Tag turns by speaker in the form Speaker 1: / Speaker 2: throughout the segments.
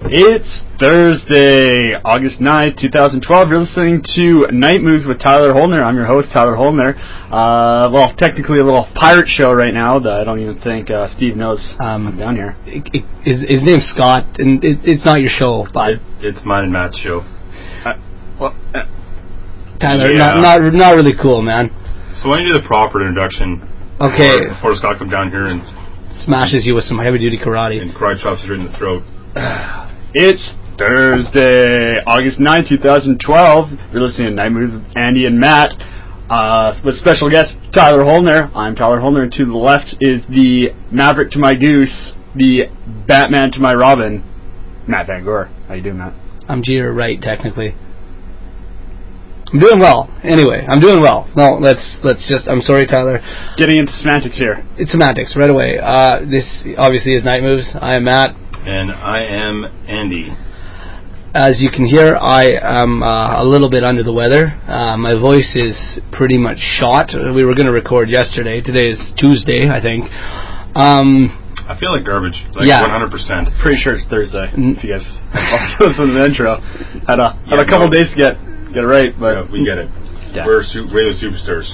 Speaker 1: It's Thursday, August 9th, 2012. You're listening to Night Moves with Tyler Holner. I'm your host, Tyler Holner. Uh, well, technically a little pirate show right now that I don't even think uh, Steve knows
Speaker 2: Um,
Speaker 1: I'm down here.
Speaker 2: I i his, his name's Scott, and it, it's not your show, but
Speaker 3: It's mine and Matt's show.
Speaker 1: Well, uh,
Speaker 2: Tyler,
Speaker 3: yeah.
Speaker 2: not, not not really cool, man.
Speaker 3: So why don't you do the proper introduction
Speaker 2: Okay,
Speaker 3: before, before Scott come down here and,
Speaker 2: smashes you with some heavy duty karate.
Speaker 3: and karate chops you right in the throat?
Speaker 1: It's Thursday, August 9th, 2012. You're listening to Night Moves with Andy and Matt. Uh, with special guest Tyler Holner. I'm Tyler Holner, and to the left is the Maverick to my Goose, the Batman to my Robin, Matt Van Gore. How you doing, Matt?
Speaker 2: I'm to your right, technically. I'm doing well. Anyway, I'm doing well. No, let's let's just. I'm sorry, Tyler.
Speaker 1: Getting into semantics here.
Speaker 2: It's semantics right away. Uh, this obviously is night moves. I am Matt.
Speaker 3: And I am Andy.
Speaker 2: As you can hear, I am uh, a little bit under the weather. Uh, my voice is pretty much shot. We were going to record yesterday. Today is Tuesday, I think. Um,
Speaker 3: I feel like garbage. Like
Speaker 2: Yeah.
Speaker 3: 100%.
Speaker 1: Pretty sure it's Thursday.
Speaker 2: Mm.
Speaker 1: If you guys listen to the intro, had a had a
Speaker 3: Yeah,
Speaker 1: couple
Speaker 3: no.
Speaker 1: days to get get it right,
Speaker 3: Yeah,
Speaker 1: but
Speaker 3: we get it.
Speaker 1: Yeah.
Speaker 3: We're, su- we're the superstars.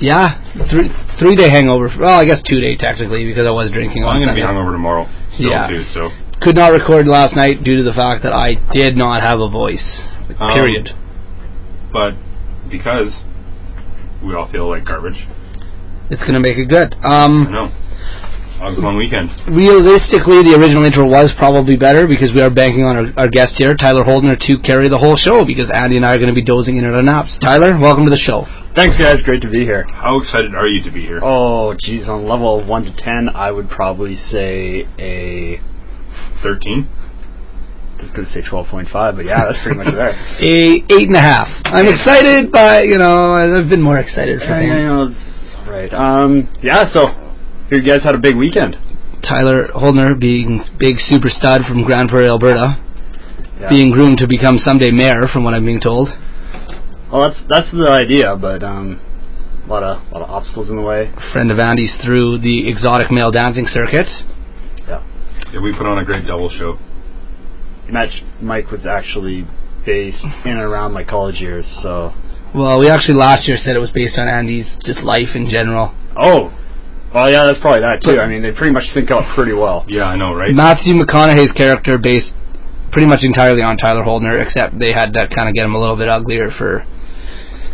Speaker 2: Yeah, three three day hangover. Well, I guess two day technically because I was drinking on
Speaker 3: I'm going to be
Speaker 2: Sunday.
Speaker 3: hungover tomorrow. Still
Speaker 2: Yeah.
Speaker 3: Too, so.
Speaker 2: Could not record last night due to the fact that I did not have a voice.
Speaker 3: Um,
Speaker 2: Period.
Speaker 3: But because we all feel like garbage,
Speaker 2: It's gonna make it good.
Speaker 3: I
Speaker 2: Um,
Speaker 3: know. August long weekend.
Speaker 2: realistically, the original intro was probably better because we are banking on our, our guest here, Tyler Holdner, to carry the whole show because Andy and I are gonna be dozing in and out naps. Tyler, welcome to the show.
Speaker 1: thanks guys, great to be here.
Speaker 3: How excited are you to be here?
Speaker 1: Oh, geez, on level of one to ten, I would probably say a
Speaker 3: 13?
Speaker 1: just gonna say twelve point five, but yeah, that's pretty much there.
Speaker 2: A eight and a half. I'm excited, but you know I've been more excited for
Speaker 1: Yeah, yeah,
Speaker 2: things.
Speaker 1: yeah, it's all right. Um, yeah, so here you guys had a big weekend.
Speaker 2: Tyler Holdner, being big super stud from Grand Prairie, Alberta.
Speaker 1: Yeah.
Speaker 2: being groomed to become someday mayor, from what I'm being told.
Speaker 1: well, that's that's the idea, but um, a lot of lot of obstacles in the way.
Speaker 2: Friend of Andy's through the exotic male dancing circuit.
Speaker 3: Yeah, we put on a great double show.
Speaker 1: Match Mike was actually based in and around my college years, so
Speaker 2: Well, we actually last year said it was based on Andy's just life in general.
Speaker 1: Oh, well, yeah, that's probably that too. I mean, they pretty much sync up pretty well.
Speaker 3: Yeah, I know, right?
Speaker 2: Matthew McConaughey's character based pretty much entirely on Tyler Holdner, except they had to kind of get him a little bit uglier for,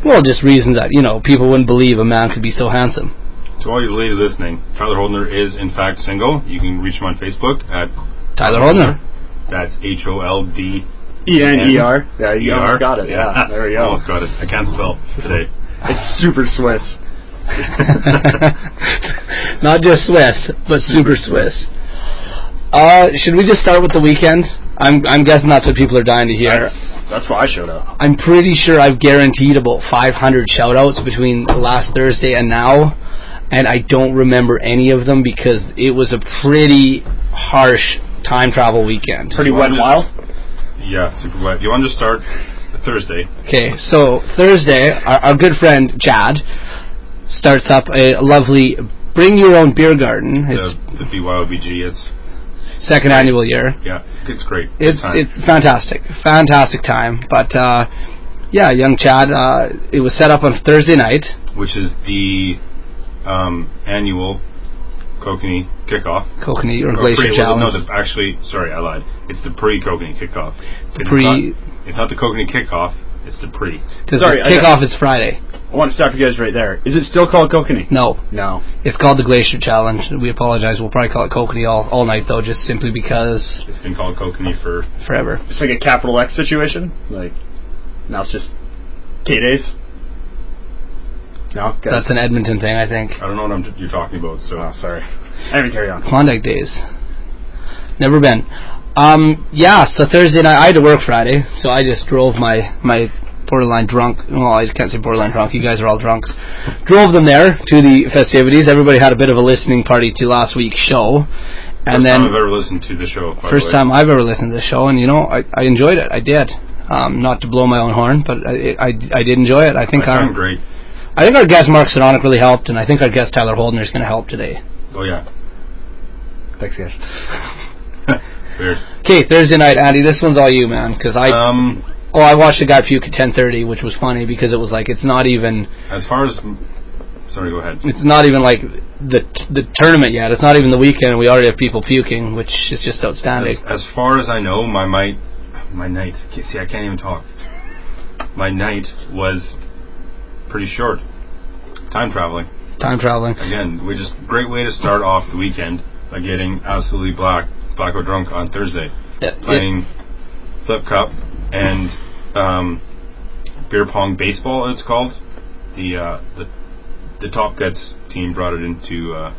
Speaker 2: well, just reasons that, you know, people wouldn't believe a man could be so handsome.
Speaker 3: To all you ladies listening, Tyler Holdner is in fact single. You can reach him on Facebook at
Speaker 2: Tyler Holdner.
Speaker 3: that's H O L D
Speaker 1: E N E R. Yeah,
Speaker 3: E
Speaker 1: you
Speaker 3: R.
Speaker 1: almost got it. Yeah, there we go.
Speaker 3: Almost got it. I can't spell today.
Speaker 1: It's super Swiss.
Speaker 2: Not just Swiss, but super Swiss. Uh, should we just start with the weekend? I'm, I'm guessing that's what people are dying to hear.
Speaker 1: That's, that's why I showed up.
Speaker 2: I'm pretty sure I've guaranteed about 500 shout outs between last Thursday and now, and I don't remember any of them because it was a pretty harsh time travel weekend.
Speaker 1: Pretty
Speaker 3: You
Speaker 1: wet and wild.
Speaker 3: wanna Yeah, super wet. You want to just start Thursday?
Speaker 2: Okay, so Thursday, our, our good friend Chad starts up a lovely bring your own beer garden. It's
Speaker 3: the, the BYOBG. It's
Speaker 2: second annual year.
Speaker 3: yeah, it's great. Good
Speaker 2: It's
Speaker 3: time.
Speaker 2: it's fantastic, fantastic time. But uh, yeah, young Chad, uh, it was set up on Thursday night.
Speaker 3: which is the um, annual Kokanee kickoff.
Speaker 2: Kokanee or
Speaker 3: Or
Speaker 2: Glacier
Speaker 3: pre- Oh, well,
Speaker 2: Challenge.
Speaker 3: No, the, actually, sorry, I lied. It's the pre-Kokanee kickoff. It's
Speaker 2: pre-
Speaker 3: not- It's not the Kokanee kickoff. It's the pre.
Speaker 2: Because
Speaker 1: Sorry, I
Speaker 2: the kickoff is Friday.
Speaker 1: I want to stop you guys right there. Is it still called Kokanee?
Speaker 2: No,
Speaker 1: No.
Speaker 2: it's called the Glacier Challenge. We apologize. We'll probably call it Kokanee all, all night though, just simply because
Speaker 3: It's been called Kokanee for
Speaker 2: forever.
Speaker 1: It's like a capital X situation. Like now it's just K days. No, guys.
Speaker 2: That's an Edmonton thing, I think.
Speaker 3: I don't know what I'm, you're talking about. So
Speaker 1: Oh, sorry. Anyway, carry on.
Speaker 2: Klondike days. Never been. Um, yeah, so Thursday night, I had to work Friday, so I just drove my, my borderline drunk, well, I can't say borderline drunk, you guys are all drunks. Drove them there to the festivities. Everybody had a bit of a listening party to last week's show. And
Speaker 3: first
Speaker 2: then,
Speaker 3: time I've ever listened to the show. By
Speaker 2: first
Speaker 3: the way.
Speaker 2: time I've ever listened to the show, and you know, I, I enjoyed it. I did. Um, not to blow my own horn, but I, I, I did enjoy it. I think
Speaker 3: I
Speaker 2: our,
Speaker 3: sound great.
Speaker 2: I think our guest Mark Sedonic really helped, and I think our guest Tyler Holdner is going to help today.
Speaker 3: Oh yeah.
Speaker 1: Thanks, guys.
Speaker 3: Weird.
Speaker 2: Okay, Thursday night, Andy. This one's all you, man. Because I
Speaker 3: Um,
Speaker 2: oh, I watched a guy puke at ten thirty, which was funny because it was like it's not even
Speaker 3: as far as, sorry, go ahead.
Speaker 2: it's not even like the the tournament yet. It's not even the weekend, and we already have people puking, which is just outstanding.
Speaker 3: As, as far as I know, my might, my night. okay, See, I can't even talk. My night was pretty short. Time traveling
Speaker 2: Time traveling.
Speaker 3: again. We just great way to start off the weekend by getting absolutely black, black or drunk on Thursday,
Speaker 2: It- it-
Speaker 3: playing flip cup and um, beer pong baseball. It's called the uh, the the Top Guts team brought it into uh,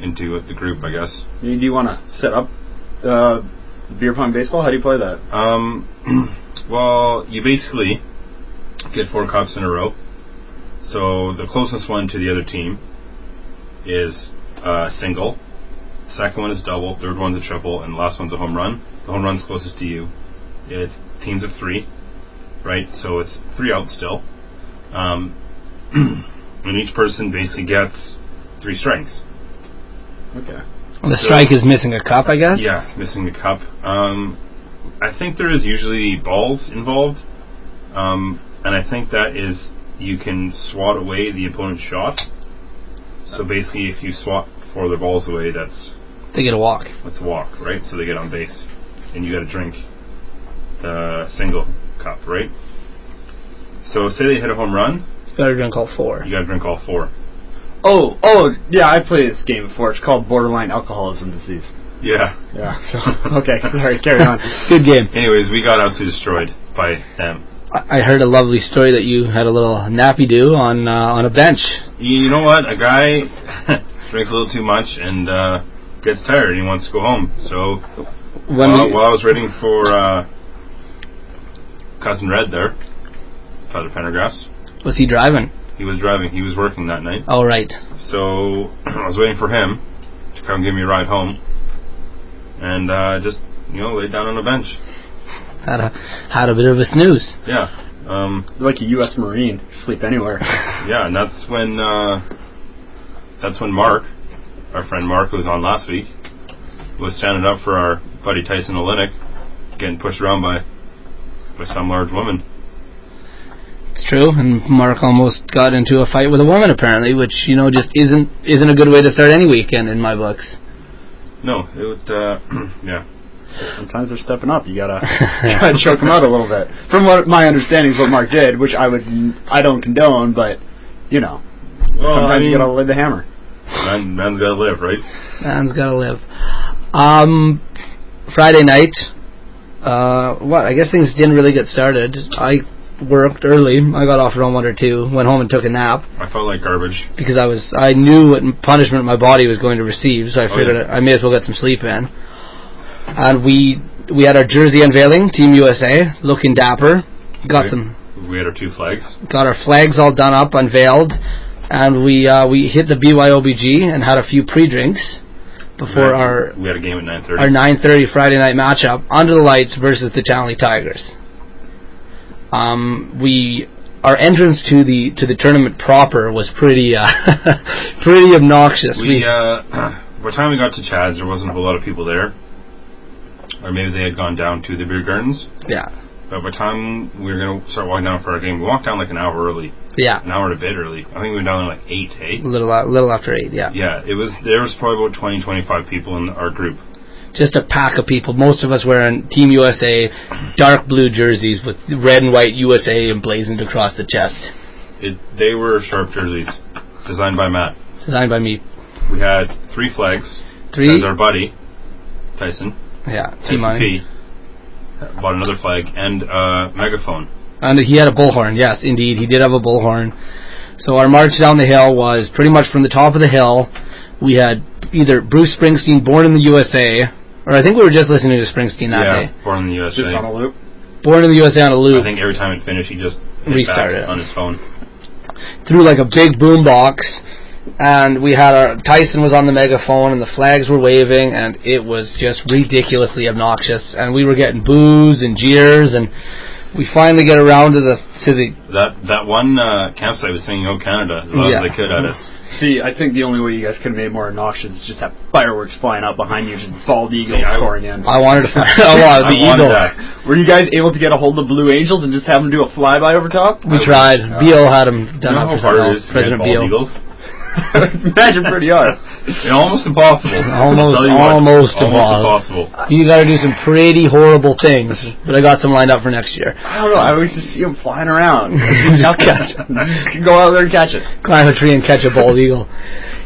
Speaker 3: into the group, I guess.
Speaker 1: You, do you want to set up uh, beer pong baseball? How do you play that?
Speaker 3: Um, well, you basically get four cups in a row. So the closest one to the other team is uh, single. Second one is double. Third one's a triple, and the last one's a home run. The home run's closest to you. It's teams of three, right? So it's three out still. Um, and each person basically gets three strikes.
Speaker 1: Okay.
Speaker 2: the strike is missing a cup, I guess.
Speaker 3: Yeah, missing the cup. Um, I think there is usually balls involved, um, and I think that is you can swat away the opponent's shot. So basically, if you swat four of their balls away, that's
Speaker 2: They get a walk.
Speaker 3: that's a walk, right? So they get on base, and you got to drink the single cup, right? So say they hit a home run,
Speaker 2: Gotta drink all four.
Speaker 3: you got to drink all four.
Speaker 1: Oh, oh, yeah, I played this game before. It's called Borderline Alcoholism Disease.
Speaker 3: Yeah.
Speaker 1: Yeah, so, okay, sorry, carry on.
Speaker 2: Good game.
Speaker 3: Anyways, we got absolutely destroyed by them.
Speaker 2: I I heard a lovely story that you had a little nappy do on uh, on a bench.
Speaker 3: You know what? A guy drinks a little too much and uh, gets tired and he wants to go home. So
Speaker 2: When
Speaker 3: while,
Speaker 2: we-
Speaker 3: while I was waiting for uh, Cousin Red there, Father Pendergrass,
Speaker 2: was he driving?
Speaker 3: he was driving. He was working that night.
Speaker 2: Oh right.
Speaker 3: So I was waiting for him to come give me a ride home. And uh, just, you know, laid down on a bench.
Speaker 2: Had a had a bit of a snooze.
Speaker 3: Yeah. Um,
Speaker 1: like a U.S. Marine, sleep anywhere.
Speaker 3: yeah, and that's when uh, that's when Mark, our friend Mark, who was on last week, was standing up for our buddy Tyson Olenek, getting pushed around by by some large woman.
Speaker 2: It's true, and Mark almost got into a fight with a woman apparently, which you know just isn't isn't a good way to start any weekend in my books.
Speaker 3: No, it would, uh, yeah.
Speaker 1: Sometimes they're stepping up. You gotta, you gotta choke them out a little bit. From what my understanding is, what Mark did, which I would, I don't condone, but you know,
Speaker 3: Well,
Speaker 1: sometimes
Speaker 3: I mean,
Speaker 1: you gotta lay the hammer.
Speaker 3: man, man's gotta live, right?
Speaker 2: Man's gotta live. Um, Friday night. Uh, what? I guess things didn't really get started. I worked early. I got off around one or two. Went home and took a nap
Speaker 3: I felt like garbage.
Speaker 2: because I was I knew what punishment my body was going to receive, so I figured
Speaker 3: yeah.
Speaker 2: I may as well get some sleep in. And we we had our jersey unveiling, Team USA, looking dapper. Got
Speaker 3: Right.
Speaker 2: some
Speaker 3: We had our two flags.
Speaker 2: got our flags all done up, unveiled, and we uh, we hit the BYOBG and had a few pre-drinks before
Speaker 3: Right.
Speaker 2: our
Speaker 3: we had a game at nine
Speaker 2: our
Speaker 3: thirty.
Speaker 2: 9:30 Friday night matchup under the lights versus the Townley Tigers. Um, we our entrance to the to the tournament proper was pretty uh, pretty obnoxious.
Speaker 3: We uh, by the time we got to Chad's, there wasn't a whole lot of people there, or maybe they had gone down to the beer gardens.
Speaker 2: yeah
Speaker 3: But by the time we were gonna start walking down for our game, we walked down like an hour early.
Speaker 2: yeah
Speaker 3: an hour and a bit early. I think we were down at like eight,
Speaker 2: a
Speaker 3: eight.
Speaker 2: little a little after eight yeah.
Speaker 3: Yeah, it was. There was probably about 20, 25 people in our group.
Speaker 2: just a pack of people. Most of us wearing Team USA dark blue jerseys with red and white USA emblazoned across the chest.
Speaker 3: It, they were sharp jerseys, designed by Matt.
Speaker 2: Designed by me.
Speaker 3: We had three flags.
Speaker 2: Three
Speaker 3: As our buddy, Tyson,
Speaker 2: yeah Team
Speaker 3: Tyson
Speaker 2: I
Speaker 3: P, bought another flag and a megaphone.
Speaker 2: And he had a bullhorn, yes, indeed. He did have a bullhorn. So our march down the hill was pretty much from the top of the hill. We had either Bruce Springsteen, Born in the USA, or I think we were just listening to Springsteen that
Speaker 3: yeah,
Speaker 2: day.
Speaker 3: born in the USA.
Speaker 1: Just on a loop.
Speaker 2: Born in the USA on a
Speaker 3: I
Speaker 2: loop
Speaker 3: think every time it finished, he just hit back
Speaker 2: Restart it.
Speaker 3: on his phone.
Speaker 2: through like a big boom box. And we had our Tyson was on the megaphone, and the flags were waving, and it was just ridiculously obnoxious. And we were getting boos and jeers, and we finally get around to the to the
Speaker 3: That that one uh, campsite was singing "Oh Canada" as loud
Speaker 2: Yeah.
Speaker 3: as they could at us.
Speaker 1: See, I think the only way you guys could have made it more obnoxious is just have fireworks flying out behind you, just bald eagles
Speaker 3: See, I-
Speaker 1: soaring in.
Speaker 2: I wanted to find I wanted the
Speaker 3: I wanted
Speaker 2: eagle.
Speaker 3: that.
Speaker 1: Were you guys able to get a hold of the Blue Angels and just have them do a flyby over top?
Speaker 2: We
Speaker 3: I
Speaker 2: tried.
Speaker 3: would, uh,
Speaker 2: Beal had him
Speaker 3: You
Speaker 2: done
Speaker 3: know
Speaker 2: up
Speaker 3: how
Speaker 2: for someone
Speaker 3: hard it
Speaker 2: else.
Speaker 3: is to get
Speaker 2: President
Speaker 3: bald
Speaker 2: Beal.
Speaker 3: eagles?
Speaker 1: Imagine pretty hard.
Speaker 3: You know, almost impossible.
Speaker 2: Almost-
Speaker 3: I'll tell you what,
Speaker 2: almost
Speaker 3: almost impossible.
Speaker 2: You got to do some pretty horrible things, but I got some lined up for next year.
Speaker 1: I don't know. I always just see them flying around.
Speaker 2: Just catch,
Speaker 1: You go out there and catch it.
Speaker 2: climb a tree and catch a bald eagle.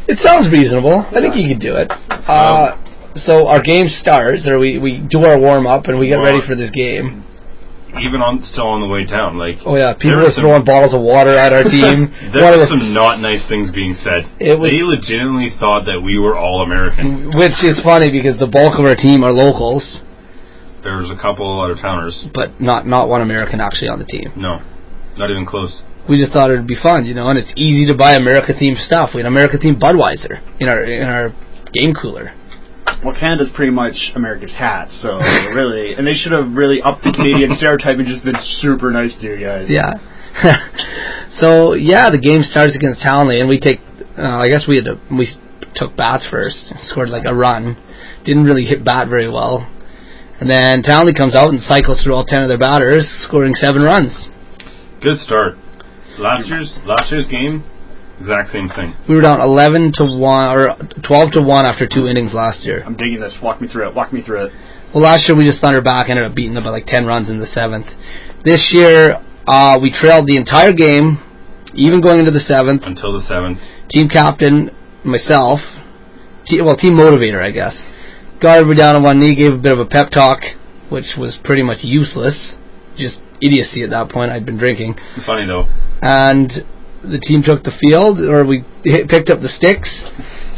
Speaker 2: It sounds reasonable. I think you could do it. Uh, so our game starts, or we, we do our warm up, and we get ready for this game.
Speaker 3: Even on still on the way down, like
Speaker 2: Oh yeah, people
Speaker 3: There
Speaker 2: are
Speaker 3: was some-
Speaker 2: throwing bottles of water at our team.
Speaker 3: there
Speaker 2: Water
Speaker 3: were
Speaker 2: was-
Speaker 3: some not nice things being said.
Speaker 2: It was-
Speaker 3: they legitimately thought that we were all American.
Speaker 2: which is funny because the bulk of our team are locals,
Speaker 3: There was a couple out of towners.
Speaker 2: but not not one American actually on the team.
Speaker 3: No, not even close.
Speaker 2: We just thought it would be fun, you know, and it's easy to buy America themed stuff. We had America themed Budweiser in our in our game cooler.
Speaker 1: Well, Canada's pretty much America's hat, so really, and they should have really upped the Canadian stereotype and just been super nice to you guys.
Speaker 2: Yeah. so yeah, the game starts against Townley, and we take. Uh, I guess we had to, we s- took bats first, scored like a run, didn't really hit bat very well, and then Townley comes out and cycles through all ten of their batters, scoring seven runs.
Speaker 3: Good start. Last year's last year's game, exact same thing.
Speaker 2: We were down eleven to one or twelve to one after two innings last year.
Speaker 1: I'm digging this. Walk me through it. Walk me through it.
Speaker 2: Well, last year we just thundered back, ended up beating them by like ten runs in the seventh. This year uh, we trailed the entire game, even going into the seventh.
Speaker 3: Until the seventh,
Speaker 2: team captain, myself, te- well, team motivator, I guess. Got everybody down on one knee, gave a bit of a pep talk, which was pretty much useless, just idiocy at that point. I'd been drinking,
Speaker 3: funny though.
Speaker 2: and the team took the field, or we hit, picked up the sticks,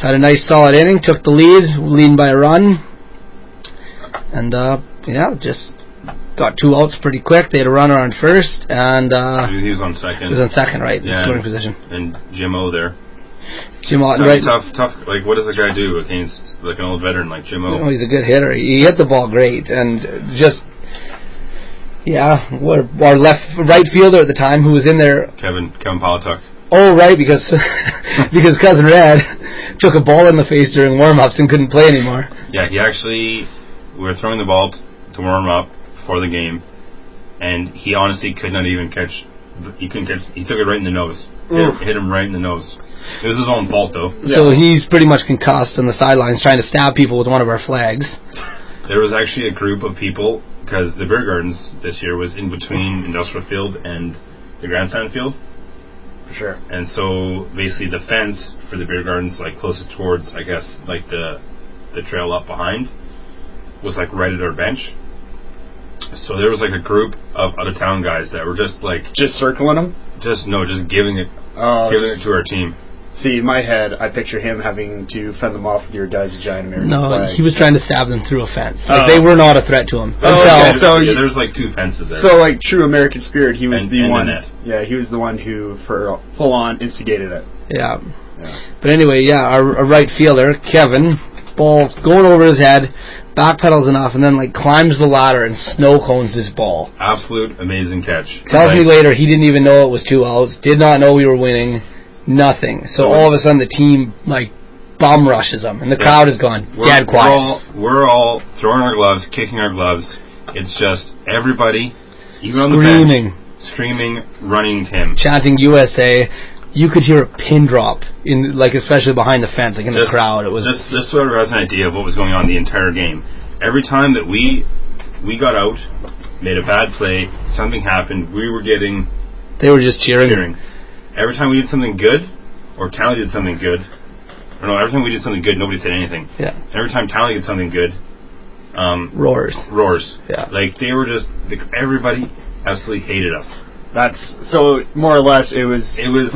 Speaker 2: had a nice solid inning, took the lead, leading by a run, and uh, yeah, just got two outs pretty quick. They had a runner on first, and uh,
Speaker 3: He was on
Speaker 2: it
Speaker 3: second,
Speaker 2: was on second, right,
Speaker 3: Yeah.
Speaker 2: in scoring position.
Speaker 3: and Jim O there.
Speaker 2: Jim Otten,
Speaker 3: Tough,
Speaker 2: right,
Speaker 3: tough, tough. Like, what does a guy do against like an old veteran like Jim
Speaker 2: Oh,
Speaker 3: O?
Speaker 2: he's a good hitter. He hit the ball great, and just yeah, our, our left right fielder at the time who was in there.
Speaker 3: Kevin Kevin Polituk.
Speaker 2: Oh, right, because because cousin Red took a ball in the face during warm-ups and couldn't play anymore.
Speaker 3: Yeah, he actually we were throwing the ball t- to warm up before the game, and he honestly could not even catch. He couldn't catch. He took it right in the nose.
Speaker 1: Oof.
Speaker 3: Hit, hit him right in the nose. It was his own fault though.
Speaker 1: Yeah.
Speaker 2: So he's pretty much concussed on the sidelines, trying to stab people with one of our flags.
Speaker 3: There was actually a group of people because the beer gardens this year was in between industrial field and the grandstand field,
Speaker 1: For sure.
Speaker 3: and so basically the fence for the beer gardens, like closest towards, I guess, like the the trail up behind, was like right at our bench. So there was like a group of out of town guys that were just like
Speaker 1: Just circling them.
Speaker 3: Just no, just giving it,
Speaker 1: Oh,
Speaker 3: giving it to our team.
Speaker 1: see, in my head, I picture him having to fend them off with your guys' giant American
Speaker 2: No,
Speaker 1: flag.
Speaker 2: he was trying to stab them through a fence. Like
Speaker 1: Oh.
Speaker 2: they were not a threat to him.
Speaker 1: Oh,
Speaker 2: until
Speaker 1: okay. so
Speaker 3: yeah,
Speaker 1: you-
Speaker 3: there's like two fences there.
Speaker 1: so like true American spirit. He was
Speaker 3: And-
Speaker 1: the
Speaker 3: and
Speaker 1: one.
Speaker 3: Annette.
Speaker 1: Yeah, he was the one who for full on instigated it.
Speaker 2: Yeah.
Speaker 1: Yeah.
Speaker 2: But anyway, yeah, our, our right fielder, Kevin, ball going over his head, backpedals enough, and then like climbs the ladder and snow cones his ball.
Speaker 3: Absolute amazing catch.
Speaker 2: Tells me
Speaker 3: Like,
Speaker 2: later he didn't even know it was two outs, did not know we were winning, nothing. So all of a sudden the team like bomb rushes him, and the
Speaker 3: Yeah.
Speaker 2: crowd is gone
Speaker 3: we're,
Speaker 2: dead
Speaker 3: We're
Speaker 2: quiet.
Speaker 3: all, we're all throwing our gloves, kicking our gloves. It's just everybody, even on the bench,
Speaker 2: Screaming,
Speaker 3: screaming, running to him.
Speaker 2: chanting USA. You could hear a pin drop in like especially behind the fence, like in the
Speaker 3: Just-
Speaker 2: crowd. It was
Speaker 3: This, this sort of has an idea of what was going on the entire game. Every time that we we got out, made a bad play, something happened. We were getting
Speaker 2: they were just cheering.
Speaker 3: cheering. Every time we did something good, or Tally did something good, or no, every time we did something good, nobody said anything.
Speaker 2: Yeah,
Speaker 3: Every time Tally did something good, um,
Speaker 2: roars.
Speaker 3: roars.
Speaker 2: Yeah.
Speaker 3: Like they were just like, everybody absolutely hated us.
Speaker 1: That's so more or less it was
Speaker 3: It was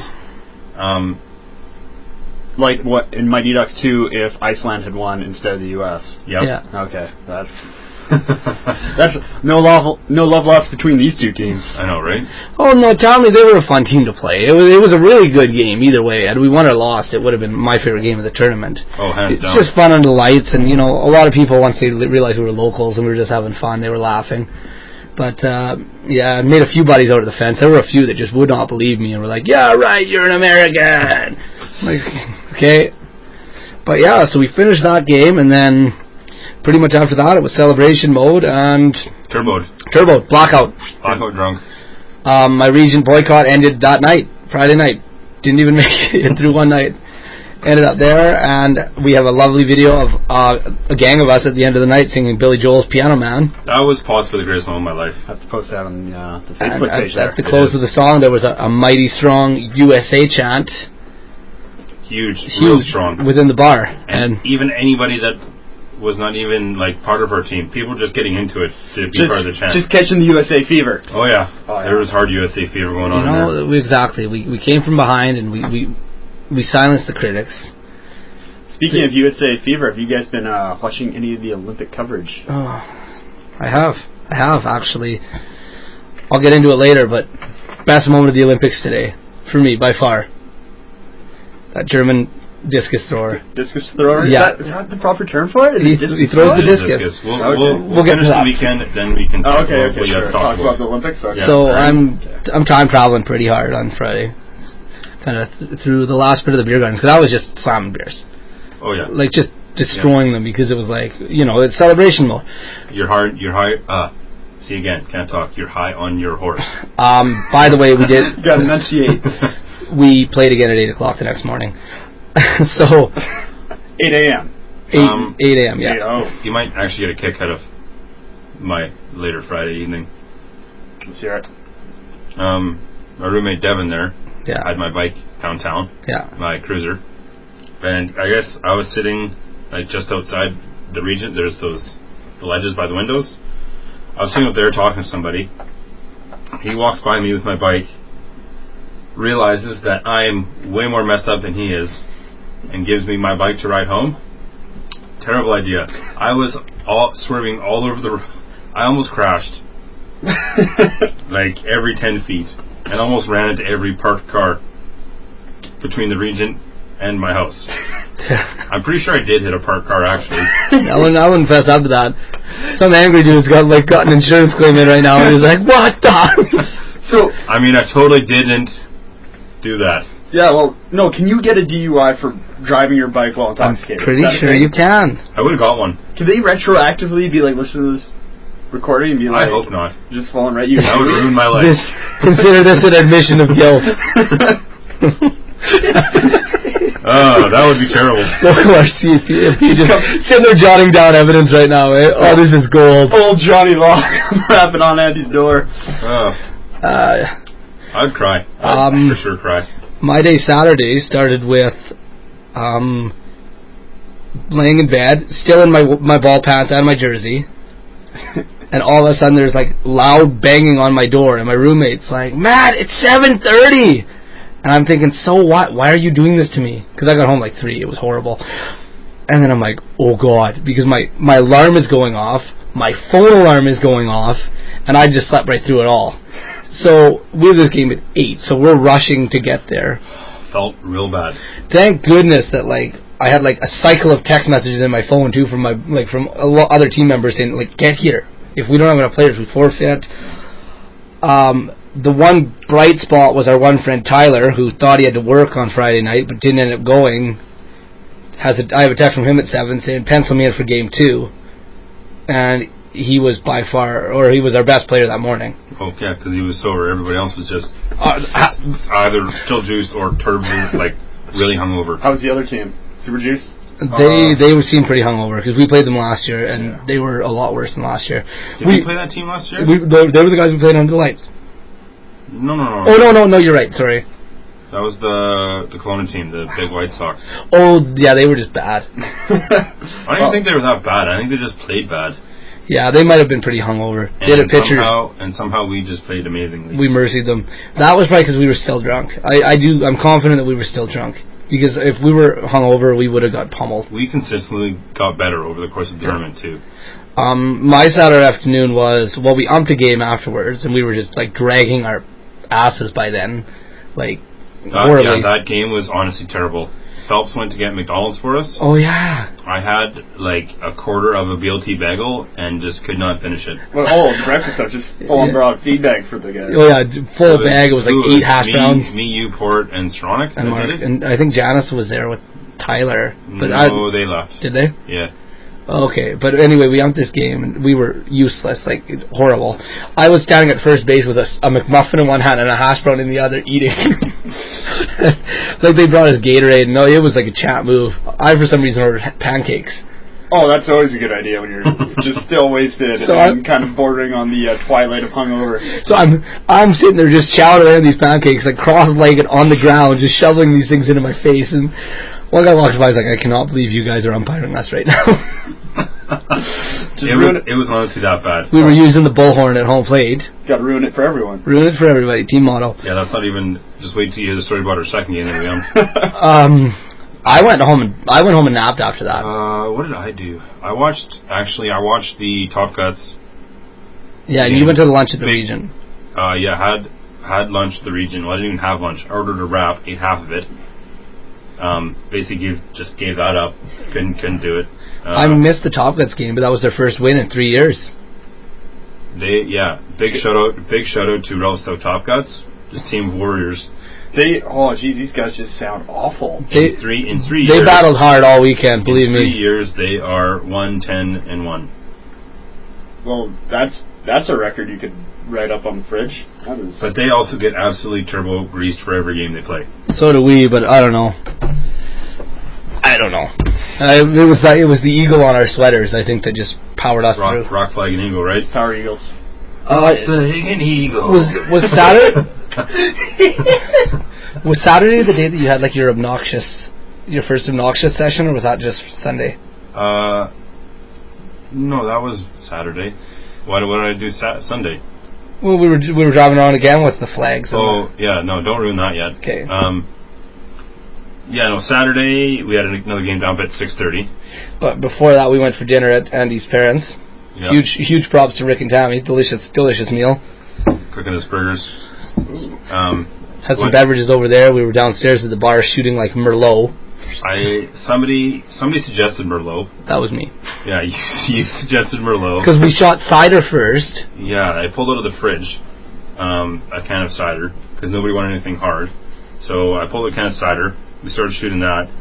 Speaker 3: um,
Speaker 1: like what in Mighty Ducks 2 if Iceland had won instead of the U.S.
Speaker 3: yep.
Speaker 2: Yeah.
Speaker 1: Okay, that's that's no love no love lost between these two teams.
Speaker 3: I know, right?
Speaker 2: Oh no, Tommy, they were a fun team to play. It was it was a really good game either way. Had we won or lost, it would have been my favorite game of the tournament.
Speaker 3: Oh, hands
Speaker 2: It's
Speaker 3: down.
Speaker 2: just fun under the lights, and you know, a lot of people once they li- realized we were locals and we were just having fun, they were laughing. But uh, yeah, I made a few buddies out of the fence. There were a few that just would not believe me and were like, "Yeah, right, you're an American." like, okay. But yeah, so we finished that game, and then pretty much after that, it was celebration mode and
Speaker 3: Turbo,
Speaker 2: turbo blackout.
Speaker 3: blackout drunk.
Speaker 2: Um, my region boycott ended that night, Friday night. Didn't even make it through one night. Ended up there, and we have a lovely video of uh, a gang of us at the end of the night singing Billy Joel's Piano Man.
Speaker 3: That was pause for the greatest moment of my life.
Speaker 1: I have to post that on uh, the
Speaker 2: And
Speaker 1: Facebook
Speaker 2: at,
Speaker 1: page there.
Speaker 2: at the close of the song, there was a, a mighty strong USA chant,
Speaker 3: Huge, real
Speaker 2: huge
Speaker 3: strong.
Speaker 2: within the bar, and
Speaker 3: And even anybody that was not even like part of our team, people just getting into it to be
Speaker 1: just,
Speaker 3: part of the chant.
Speaker 1: just catching the USA fever.
Speaker 3: oh, yeah.
Speaker 1: Oh, yeah.
Speaker 3: there was hard USA fever going
Speaker 2: you
Speaker 3: on. in there.
Speaker 2: know we, exactly. We we came from behind, and we we we silenced the critics.
Speaker 1: Speaking of USA fever, have you guys been uh, watching any of the Olympic coverage?
Speaker 2: Oh, I have. I have, actually. I'll get into it later, but best moment of the Olympics today, for me, by far. That German discus thrower.
Speaker 1: Discus thrower?
Speaker 2: Yeah.
Speaker 1: Is that, is that the proper term for it? Is
Speaker 2: He-
Speaker 1: it discus
Speaker 2: he
Speaker 1: thrower?
Speaker 2: throws the disc- discus.
Speaker 3: We'll,
Speaker 1: Okay.
Speaker 3: we'll,
Speaker 2: We'll get to
Speaker 3: finish the
Speaker 2: that.
Speaker 3: weekend, then we can
Speaker 1: Oh,
Speaker 3: talk
Speaker 1: okay,
Speaker 3: about
Speaker 1: okay,
Speaker 3: what you
Speaker 1: sure.
Speaker 3: guys talk about.
Speaker 1: the Olympics. Okay.
Speaker 2: so I'm I'm time traveling pretty hard on Friday, kind of th- through the last bit of the beer gardens because I was just slamming beers,
Speaker 3: Oh, yeah.
Speaker 2: like just destroying them because it was like you know it's celebration mode.
Speaker 3: You're hard. You're high. Uh, see again. Can't talk. You're high on your horse.
Speaker 2: Um, by the way, we did
Speaker 1: Gotta enunciate.
Speaker 2: we played again at eight o'clock the next morning, so
Speaker 1: 8 a.m.
Speaker 2: eight
Speaker 3: Um,
Speaker 2: eight a.m. Yeah,
Speaker 1: Eight oh.
Speaker 3: you might actually get a kick out of my later Friday evening.
Speaker 1: Let's hear it.
Speaker 3: Um, my roommate Devin there
Speaker 2: yeah,
Speaker 3: had my bike downtown,
Speaker 2: yeah.
Speaker 3: my cruiser, and I guess I was sitting like just outside the region. There's those the ledges by the windows. I was sitting up there talking to somebody. He walks by me with my bike, realizes that I'm way more messed up than he is, and gives me my bike to ride home. Terrible idea. I was all swerving all over the. r- I almost crashed. like every 10 feet and almost ran into every parked car between the Regent and my house. I'm pretty sure I did hit a parked car actually.
Speaker 2: I wouldn't, I wouldn't fess up to that. Some angry dude's got like got an insurance claim in right now, and he's like, "What the?"
Speaker 1: So,
Speaker 3: I mean, I totally didn't do that.
Speaker 1: yeah, well, no, can you get a DUI for driving your bike while intoxicated?
Speaker 2: Pretty
Speaker 1: Is that a
Speaker 2: sure
Speaker 1: thing?
Speaker 2: you can.
Speaker 3: I would have got one.
Speaker 1: Can they retroactively be like, listen to this recording and be like,
Speaker 3: I hope not.
Speaker 1: just falling right you?
Speaker 3: That would ruin my life.
Speaker 2: This, consider this an admission of guilt.
Speaker 3: Oh, that would be terrible.
Speaker 2: Local RCMP if you just sitting there jotting down evidence right now. Eh? Oh, this is gold.
Speaker 1: Old Johnny Law rapping on Andy's door.
Speaker 3: Oh,
Speaker 2: Uh,
Speaker 3: I'd cry. I'd
Speaker 2: Um,
Speaker 3: for sure cry.
Speaker 2: my day Saturday started with um, laying in bed, still in my my ball pants and my jersey, and all of a sudden there's like loud banging on my door, and my roommate's like, "Matt, it's 7:30," and I'm thinking, "So what? Why are you doing this to me?" Because I got home like three. It was horrible. And then I'm like, oh god, because my, my alarm is going off, my phone alarm is going off, and I just slept right through it all. So we have this game at 8, so we're rushing to get there.
Speaker 3: Felt real bad.
Speaker 2: Thank goodness that, like, I had, like, a cycle of text messages in my phone, too, from my, like, from a lo- other team members saying, like, get here. If we don't have enough players, we forfeit. Um, the one bright spot was our one friend Tyler, who thought he had to work on Friday night, but didn't end up going. Has a, I have a text from him at seven saying pencil me in for game two, and he was by far, or he was our best player that morning.
Speaker 3: Oh yeah, because he was sober. Everybody else was just
Speaker 2: Uh, ha-
Speaker 3: either still juiced or turbulent, like really hungover.
Speaker 2: uh,
Speaker 1: How was the other team? Super Juice?
Speaker 2: they
Speaker 1: Uh,
Speaker 2: they were seemed pretty hungover because we played them last year, and
Speaker 1: Yeah.
Speaker 2: they were a lot worse than last year.
Speaker 3: Did we, play that team last year?
Speaker 2: we they, they were the guys we played under the lights.
Speaker 3: no, no, no. no.
Speaker 2: Oh no no no, you're right. Sorry.
Speaker 3: That was the the Kelowna team, the big White Sox.
Speaker 2: Oh yeah, they were just bad.
Speaker 3: I don't even think they were that bad. I think they just played bad.
Speaker 2: Yeah, they might have been pretty hungover. They had a
Speaker 3: And
Speaker 2: pitcher.
Speaker 3: Somehow, and somehow we just played amazingly.
Speaker 2: we mercied them. That was probably because we were still drunk. I, I do. I'm confident that we were still drunk because if we were hungover, we would have got pummeled.
Speaker 3: We consistently got better over the course of the tournament too.
Speaker 2: Um, my Saturday afternoon was well, we umped a game afterwards, and we were just like dragging our asses by then, like
Speaker 3: That,
Speaker 2: horribly.
Speaker 3: yeah, that game was honestly terrible. Phelps went to get McDonald's for us,
Speaker 2: Oh yeah.
Speaker 3: I had like a quarter of a BLT bagel and just could not finish it.
Speaker 1: Well, oh, the breakfast stuff just full on brought feedback for the guy.
Speaker 2: Oh yeah. d- Full bag. It was like
Speaker 3: Ooh,
Speaker 2: eight hash
Speaker 3: me,
Speaker 2: browns.
Speaker 3: Me, you, Port, and Stronach.
Speaker 2: And
Speaker 3: that
Speaker 2: Mark,
Speaker 3: did it?
Speaker 2: and I think Janice was there with Tyler. But
Speaker 3: no,
Speaker 2: I
Speaker 3: they left.
Speaker 2: did they?
Speaker 3: Yeah.
Speaker 2: Okay, but anyway, we umped this game and we were useless, like it- horrible. I was standing at first base with a, s- a McMuffin in one hand and a hash brown in the other, eating. like they brought us Gatorade. No, it was like a chat move. I for some reason ordered ha- pancakes.
Speaker 1: Oh, that's always a good idea when you're just still wasted
Speaker 2: So
Speaker 1: and
Speaker 2: I-
Speaker 1: kind of bordering on the uh, twilight of hungover.
Speaker 2: So I'm I'm sitting there just chowdering on these pancakes, like cross-legged on the ground, just shoveling these things into my face. And one guy walks by, he's like, "I cannot believe you guys are umpiring us right now."
Speaker 1: Just
Speaker 3: it,
Speaker 1: ruin
Speaker 3: was, it was honestly that bad.
Speaker 2: we were using the bullhorn at home plate,
Speaker 1: Got to ruin it for everyone.
Speaker 2: ruined it for everybody. Team motto.
Speaker 3: Yeah, that's not even. Just wait till you hear the story about our second game that we um.
Speaker 2: Um, I went home and I went home and napped after that.
Speaker 3: Uh, what did I do? I watched. Actually, I watched the Top Cuts.
Speaker 2: yeah, and you
Speaker 3: yeah.
Speaker 2: went to the lunch at the region.
Speaker 3: Uh, yeah, had had lunch at the region. Well, I didn't even have lunch. I ordered a wrap, ate half of it. Um, basically, gave, just gave that up. Couldn't couldn't do it. Uh,
Speaker 2: I missed the Top Guts game, but that was their first win in three years.
Speaker 3: They yeah, big shout out, big shout out to Relso Top Guts, just team of warriors.
Speaker 1: They, oh, geez, these guys just sound awful.
Speaker 2: They
Speaker 3: in three in three
Speaker 2: they
Speaker 3: years,
Speaker 2: battled hard all weekend.
Speaker 3: in
Speaker 2: Believe
Speaker 3: three
Speaker 2: me.
Speaker 3: years they are one ten and one.
Speaker 1: Well, that's that's a record you could write up on the fridge. That is,
Speaker 3: But they also get absolutely turbo greased for every game they play.
Speaker 2: So do we, but I don't know. I don't know. Uh, it was that it was the eagle on our sweaters. I think that just powered us
Speaker 3: Rock,
Speaker 2: through. Uh,
Speaker 3: rock flag and eagle, right?
Speaker 1: Power Eagles.
Speaker 3: Rock flag and eagle.
Speaker 2: Was was Saturday was Saturday the day that you had like your obnoxious your first obnoxious session, or was that just Sunday?
Speaker 3: uh, no, that was Saturday. Why do- what did I do Sat- Sunday?
Speaker 2: Well, we were we were driving around again with the flags. and
Speaker 3: Oh yeah, no, don't ruin that yet.
Speaker 2: Okay.
Speaker 3: Um, yeah, no, Saturday we had another game down at six thirty.
Speaker 2: But before that, we went for dinner at Andy's parents.
Speaker 3: Yeah.
Speaker 2: Huge, huge props to Rick and Tammy. Delicious, delicious meal.
Speaker 3: cooking his burgers. Um,
Speaker 2: Had some
Speaker 3: What?
Speaker 2: beverages over there. We were downstairs at the bar shooting like Merlot.
Speaker 3: I somebody somebody suggested Merlot.
Speaker 2: That was me.
Speaker 3: Yeah, you, you suggested Merlot.
Speaker 2: Because we shot cider first.
Speaker 3: Yeah, I pulled out of the fridge um, a can of cider because nobody wanted anything hard. So I pulled a can of cider. We started shooting that,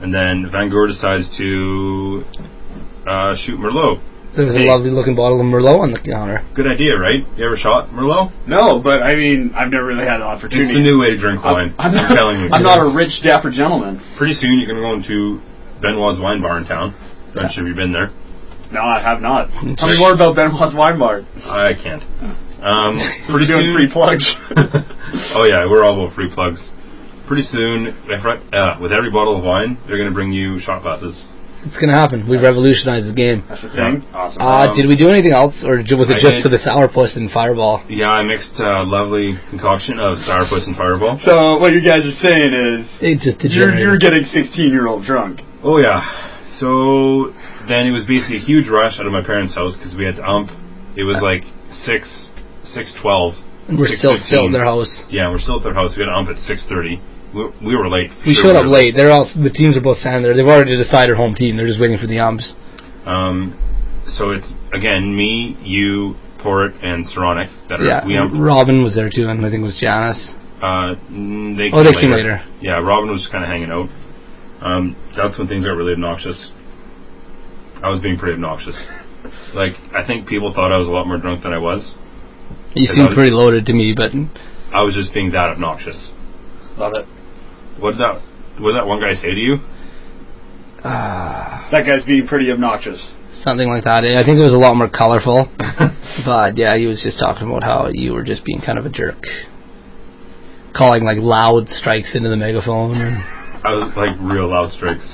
Speaker 3: and then Van Gogh decides to uh, shoot Merlot.
Speaker 2: There was
Speaker 3: Hey.
Speaker 2: a lovely looking bottle of Merlot on the counter.
Speaker 3: Good idea, right? You ever shot Merlot?
Speaker 1: No, but I mean, I've never really had an opportunity.
Speaker 3: It's the new way to drink wine.
Speaker 1: I'm
Speaker 3: I'm,
Speaker 1: not-
Speaker 3: telling you.
Speaker 1: I'm not a rich, dapper gentleman.
Speaker 3: Pretty soon you're gonna go into Benoit's Wine Bar in town. Not sure if you've been there.
Speaker 1: No, I have not. Tell me more about Benoit's Wine Bar.
Speaker 3: I can't. Um, pretty
Speaker 1: doing
Speaker 3: soon,
Speaker 1: free plugs.
Speaker 3: oh yeah, we're all about free plugs. Pretty soon, if I- uh, with every bottle of wine, they're going to bring you shot glasses.
Speaker 2: It's gonna happen. We've revolutionized the game.
Speaker 1: That's the thing. Awesome.
Speaker 2: Uh,
Speaker 3: Um,
Speaker 2: did we do anything else, or j- was it
Speaker 3: I
Speaker 2: just
Speaker 3: did-
Speaker 2: to the sourpuss and Fireball?
Speaker 3: Yeah, I mixed a lovely concoction of sourpuss and fireball.
Speaker 1: so what you guys are saying is
Speaker 2: It just
Speaker 1: you're,
Speaker 2: degenerated.
Speaker 1: you're getting 16 year old drunk.
Speaker 3: Oh yeah. So then it was basically a huge rush out of my parents' house because we had to ump. It was like six, six twelve.
Speaker 2: And we're still
Speaker 3: 6:15.
Speaker 2: still in their house.
Speaker 3: Yeah, we're still at their house. We had to ump at six thirty. We, we were late.
Speaker 2: We
Speaker 3: Sure
Speaker 2: showed up
Speaker 3: were.
Speaker 2: late. They're all the teams are both standing there. They've already decided home team. They're just waiting for the umps.
Speaker 3: Um, so it's again me, you, Port, and Saronic that are
Speaker 2: Yeah,
Speaker 3: we um,
Speaker 2: Robin was there too, and I think it was Janice.
Speaker 3: uh mm, they
Speaker 2: Oh,
Speaker 3: came
Speaker 2: they
Speaker 3: later.
Speaker 2: came later.
Speaker 3: Yeah, Robin was just kind of hanging out. Um, that's when things got really obnoxious. I was being pretty obnoxious. like I think people thought I was a lot more drunk than I was.
Speaker 2: You
Speaker 3: Cause I
Speaker 2: seem
Speaker 3: was-
Speaker 2: pretty loaded to me, but
Speaker 3: I was just being that obnoxious.
Speaker 1: Love it.
Speaker 3: What did that what did that one guy say to you?
Speaker 2: uh,
Speaker 1: That guy's being pretty obnoxious.
Speaker 2: something like that. I think it was a lot more colorful. but yeah, he was just talking about how you were just being kind of a jerk, calling like loud strikes into the megaphone. And
Speaker 3: I was like real loud strikes.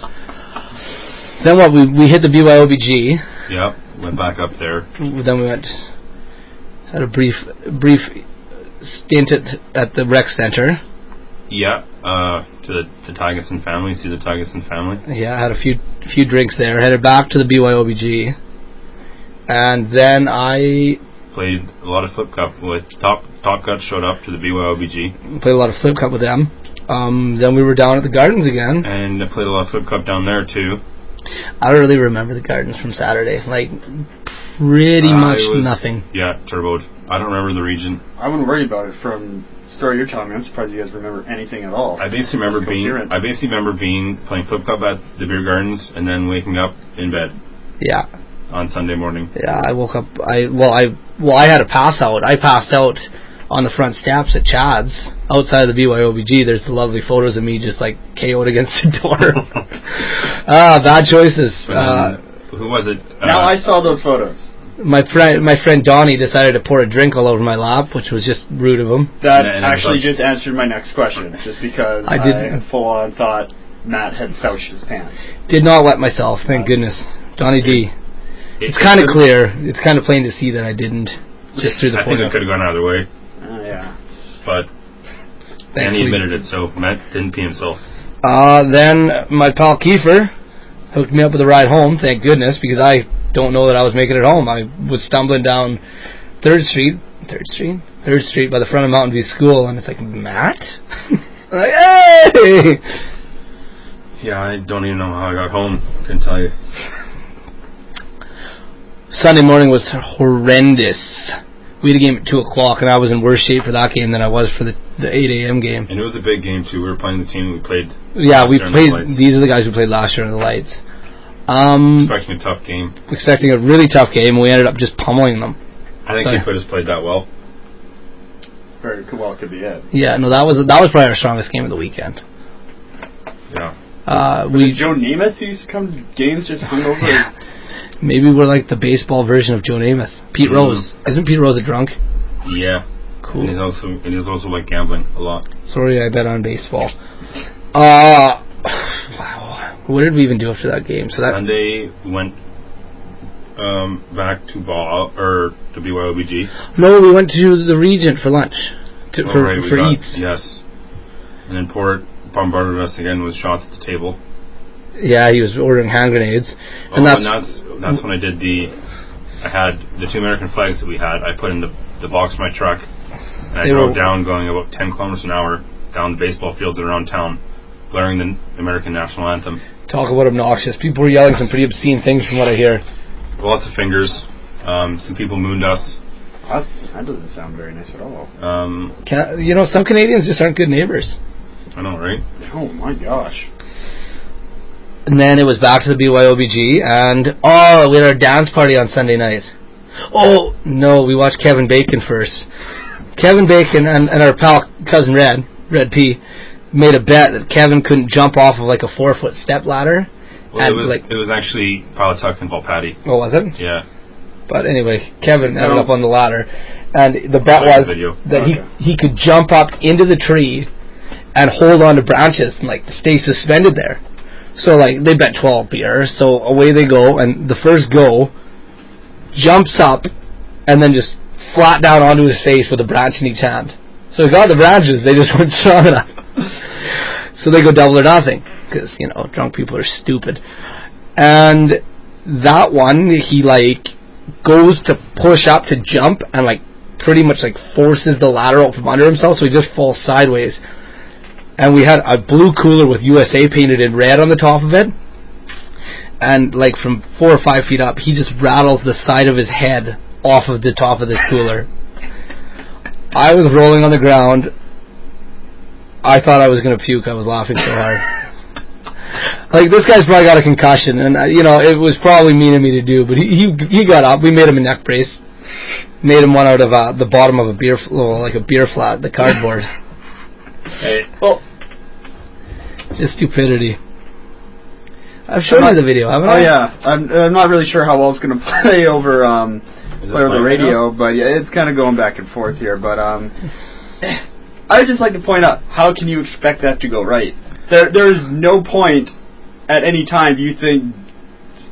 Speaker 2: then what? We we hit the BYOBG.
Speaker 3: Yep, went back up there.
Speaker 2: Then we went had a brief brief stint at at the rec center.
Speaker 3: Yeah, uh, to the, the Tigerson family. See the Tigerson family.
Speaker 2: Yeah, had a few few drinks there. Headed back to the BYOBG, and then I
Speaker 3: played a lot of flip cup with top top cut showed up to the BYOBG.
Speaker 2: played a lot of flip cup with them. Um, then we were down at the gardens again.
Speaker 3: and I played a lot of flip cup down there too.
Speaker 2: I don't really remember the gardens from Saturday. Like, pretty
Speaker 3: I
Speaker 2: much
Speaker 3: Uh, was-
Speaker 2: nothing.
Speaker 3: Yeah, turboed. I don't remember the region.
Speaker 1: I wouldn't worry about it from the story you're telling me. I'm surprised you guys remember anything at all.
Speaker 3: I basically remember
Speaker 1: It's
Speaker 3: being.
Speaker 1: coherent.
Speaker 3: I basically remember being playing flip cup at the beer gardens and then waking up in bed
Speaker 2: Yeah,
Speaker 3: on Sunday morning.
Speaker 2: yeah. I woke up. I well, I well, I had a pass out. I passed out on the front steps at Chad's outside of the BYOBG. There's the lovely photos of me just like KO'd against the door. ah, bad choices.
Speaker 3: But
Speaker 2: Uh,
Speaker 3: then, who was it?
Speaker 1: now
Speaker 3: Uh,
Speaker 1: I saw those photos.
Speaker 2: my friend, my friend Donnie decided to pour a drink all over my lap, which was just rude of him.
Speaker 1: That
Speaker 3: Yeah, and I
Speaker 1: actually
Speaker 3: thought-
Speaker 1: just answered my next question, just because
Speaker 2: I
Speaker 1: I,
Speaker 2: didn't-
Speaker 1: full on thought Matt had soused his pants.
Speaker 2: Did not wet myself. Thank goodness, Donnie D. It's kind of clear. It's kind of plain to see that I didn't. Just through the
Speaker 3: I think
Speaker 2: portal.
Speaker 3: it could have gone either way,
Speaker 1: Uh, yeah.
Speaker 3: but and he
Speaker 2: Thankfully.
Speaker 3: admitted it, so Matt didn't pee himself.
Speaker 2: Uh, then my pal Kiefer hooked me up with a ride home. Thank goodness, because I don't know that I was making it home. I was stumbling down Third Street, Third Street, Third Street by the front of Mountain View School, and it's like Matt. I'm like hey,
Speaker 3: Yeah, I don't even know how I got home. Couldn't tell you.
Speaker 2: Sunday morning was horrendous. We had a game at two o'clock, and I was in worse shape for that game than I was for the the eight a.m. game.
Speaker 3: And it was a big game too. We were playing the team we played,
Speaker 2: Yeah,
Speaker 3: Last
Speaker 2: we
Speaker 3: year in the
Speaker 2: played.
Speaker 3: lights.
Speaker 2: these are the guys we played last year in the lights. Um,
Speaker 3: expecting a tough game.
Speaker 2: expecting a really tough game, and we ended up just pummeling them.
Speaker 3: I think
Speaker 2: Sorry.
Speaker 3: we could have played that well.
Speaker 1: Very cool. Well, it could be it.
Speaker 2: Yeah, no, that was that was probably our strongest game of the weekend.
Speaker 3: Yeah,
Speaker 2: Uh,
Speaker 1: Did
Speaker 2: we
Speaker 1: Joe Namath who used to come to games just hungover?
Speaker 2: Yeah. maybe we're like the baseball version of Joe Namath. Pete
Speaker 3: Mhm.
Speaker 2: Rose isn't Pete Rose a drunk?
Speaker 3: yeah. And it's
Speaker 2: Cool.
Speaker 3: also it is also like gambling a lot.
Speaker 2: Sorry, I bet on baseball. Uh wow. What did we even do after that game? So that
Speaker 3: Sunday we went um, back to ball or to BYOBG.
Speaker 2: no, we went to the Regent for lunch to,
Speaker 3: Oh,
Speaker 2: for
Speaker 3: right, we
Speaker 2: for
Speaker 3: got-
Speaker 2: eats.
Speaker 3: Yes. And then Port bombarded us again with shots at the table.
Speaker 2: Yeah, he was ordering hand grenades,
Speaker 3: Oh,
Speaker 2: and that's
Speaker 3: that's that's when I did the. I had the two American flags that we had. I put in the the box of my truck, and I
Speaker 2: They
Speaker 3: drove
Speaker 2: were-
Speaker 3: down, going about ten kilometers an hour down the baseball fields around town, blaring the American national anthem.
Speaker 2: talk about obnoxious. People were yelling some pretty obscene things from what I hear.
Speaker 3: Lots of fingers. Um, some people mooned us.
Speaker 1: That, that doesn't sound very nice at all.
Speaker 3: Um,
Speaker 2: Can I, you know, some Canadians just aren't good neighbors.
Speaker 3: I know, right?
Speaker 1: Oh my gosh.
Speaker 2: And then it was back to the BYOBG, and oh, we had our dance party on Sunday night. Oh no, we watched Kevin Bacon first. Kevin Bacon and, and our pal cousin Red, Red P, made a bet that Kevin couldn't jump off of like a four foot step ladder.
Speaker 3: Well, it
Speaker 2: And,
Speaker 3: was
Speaker 2: like-
Speaker 3: it was actually Palatuck and Volpatti.
Speaker 2: Well, was it?
Speaker 3: Yeah,
Speaker 2: But anyway, Kevin ended
Speaker 1: No.
Speaker 2: up on the ladder, and the bet
Speaker 3: I'll
Speaker 2: was
Speaker 3: play the video.
Speaker 2: that
Speaker 1: Okay.
Speaker 2: he he could jump up into the tree and hold on to branches and like stay suspended there. So like they bet twelve beer, so away they go, and the first go jumps up and then just flat down onto his face with a branch in each hand. So he got the branches, they just weren't strong enough. so they go double or nothing because you know drunk people are stupid. And that one, he like goes to push up to jump and like pretty much like forces the ladder out from under himself, so he just falls sideways. And we had a blue cooler with USA painted in red on the top of it. And like from four or five feet up, he just rattles the side of his head off of the top of this cooler. I was rolling on the ground. I thought I was gonna puke. I was laughing so hard. Like this guy's probably got a concussion, and uh, you know it was probably mean of me to do, but he he, he got up. We made him a neck brace, made him one out of uh, the bottom of a beer, fl- well, like a beer flat, the cardboard.
Speaker 3: Hey,
Speaker 1: Well,
Speaker 2: Just stupidity. I've shown you the video, haven't
Speaker 1: oh
Speaker 2: I?
Speaker 1: yeah. I'm, I'm not really sure how well it's going to play over um,
Speaker 3: is it
Speaker 1: play over the
Speaker 3: playing right
Speaker 1: radio,
Speaker 3: now?
Speaker 1: but yeah, it's kind of going back and forth here. But um, I would just like to point out, how can you expect that to go right? There, there is no point at any time you think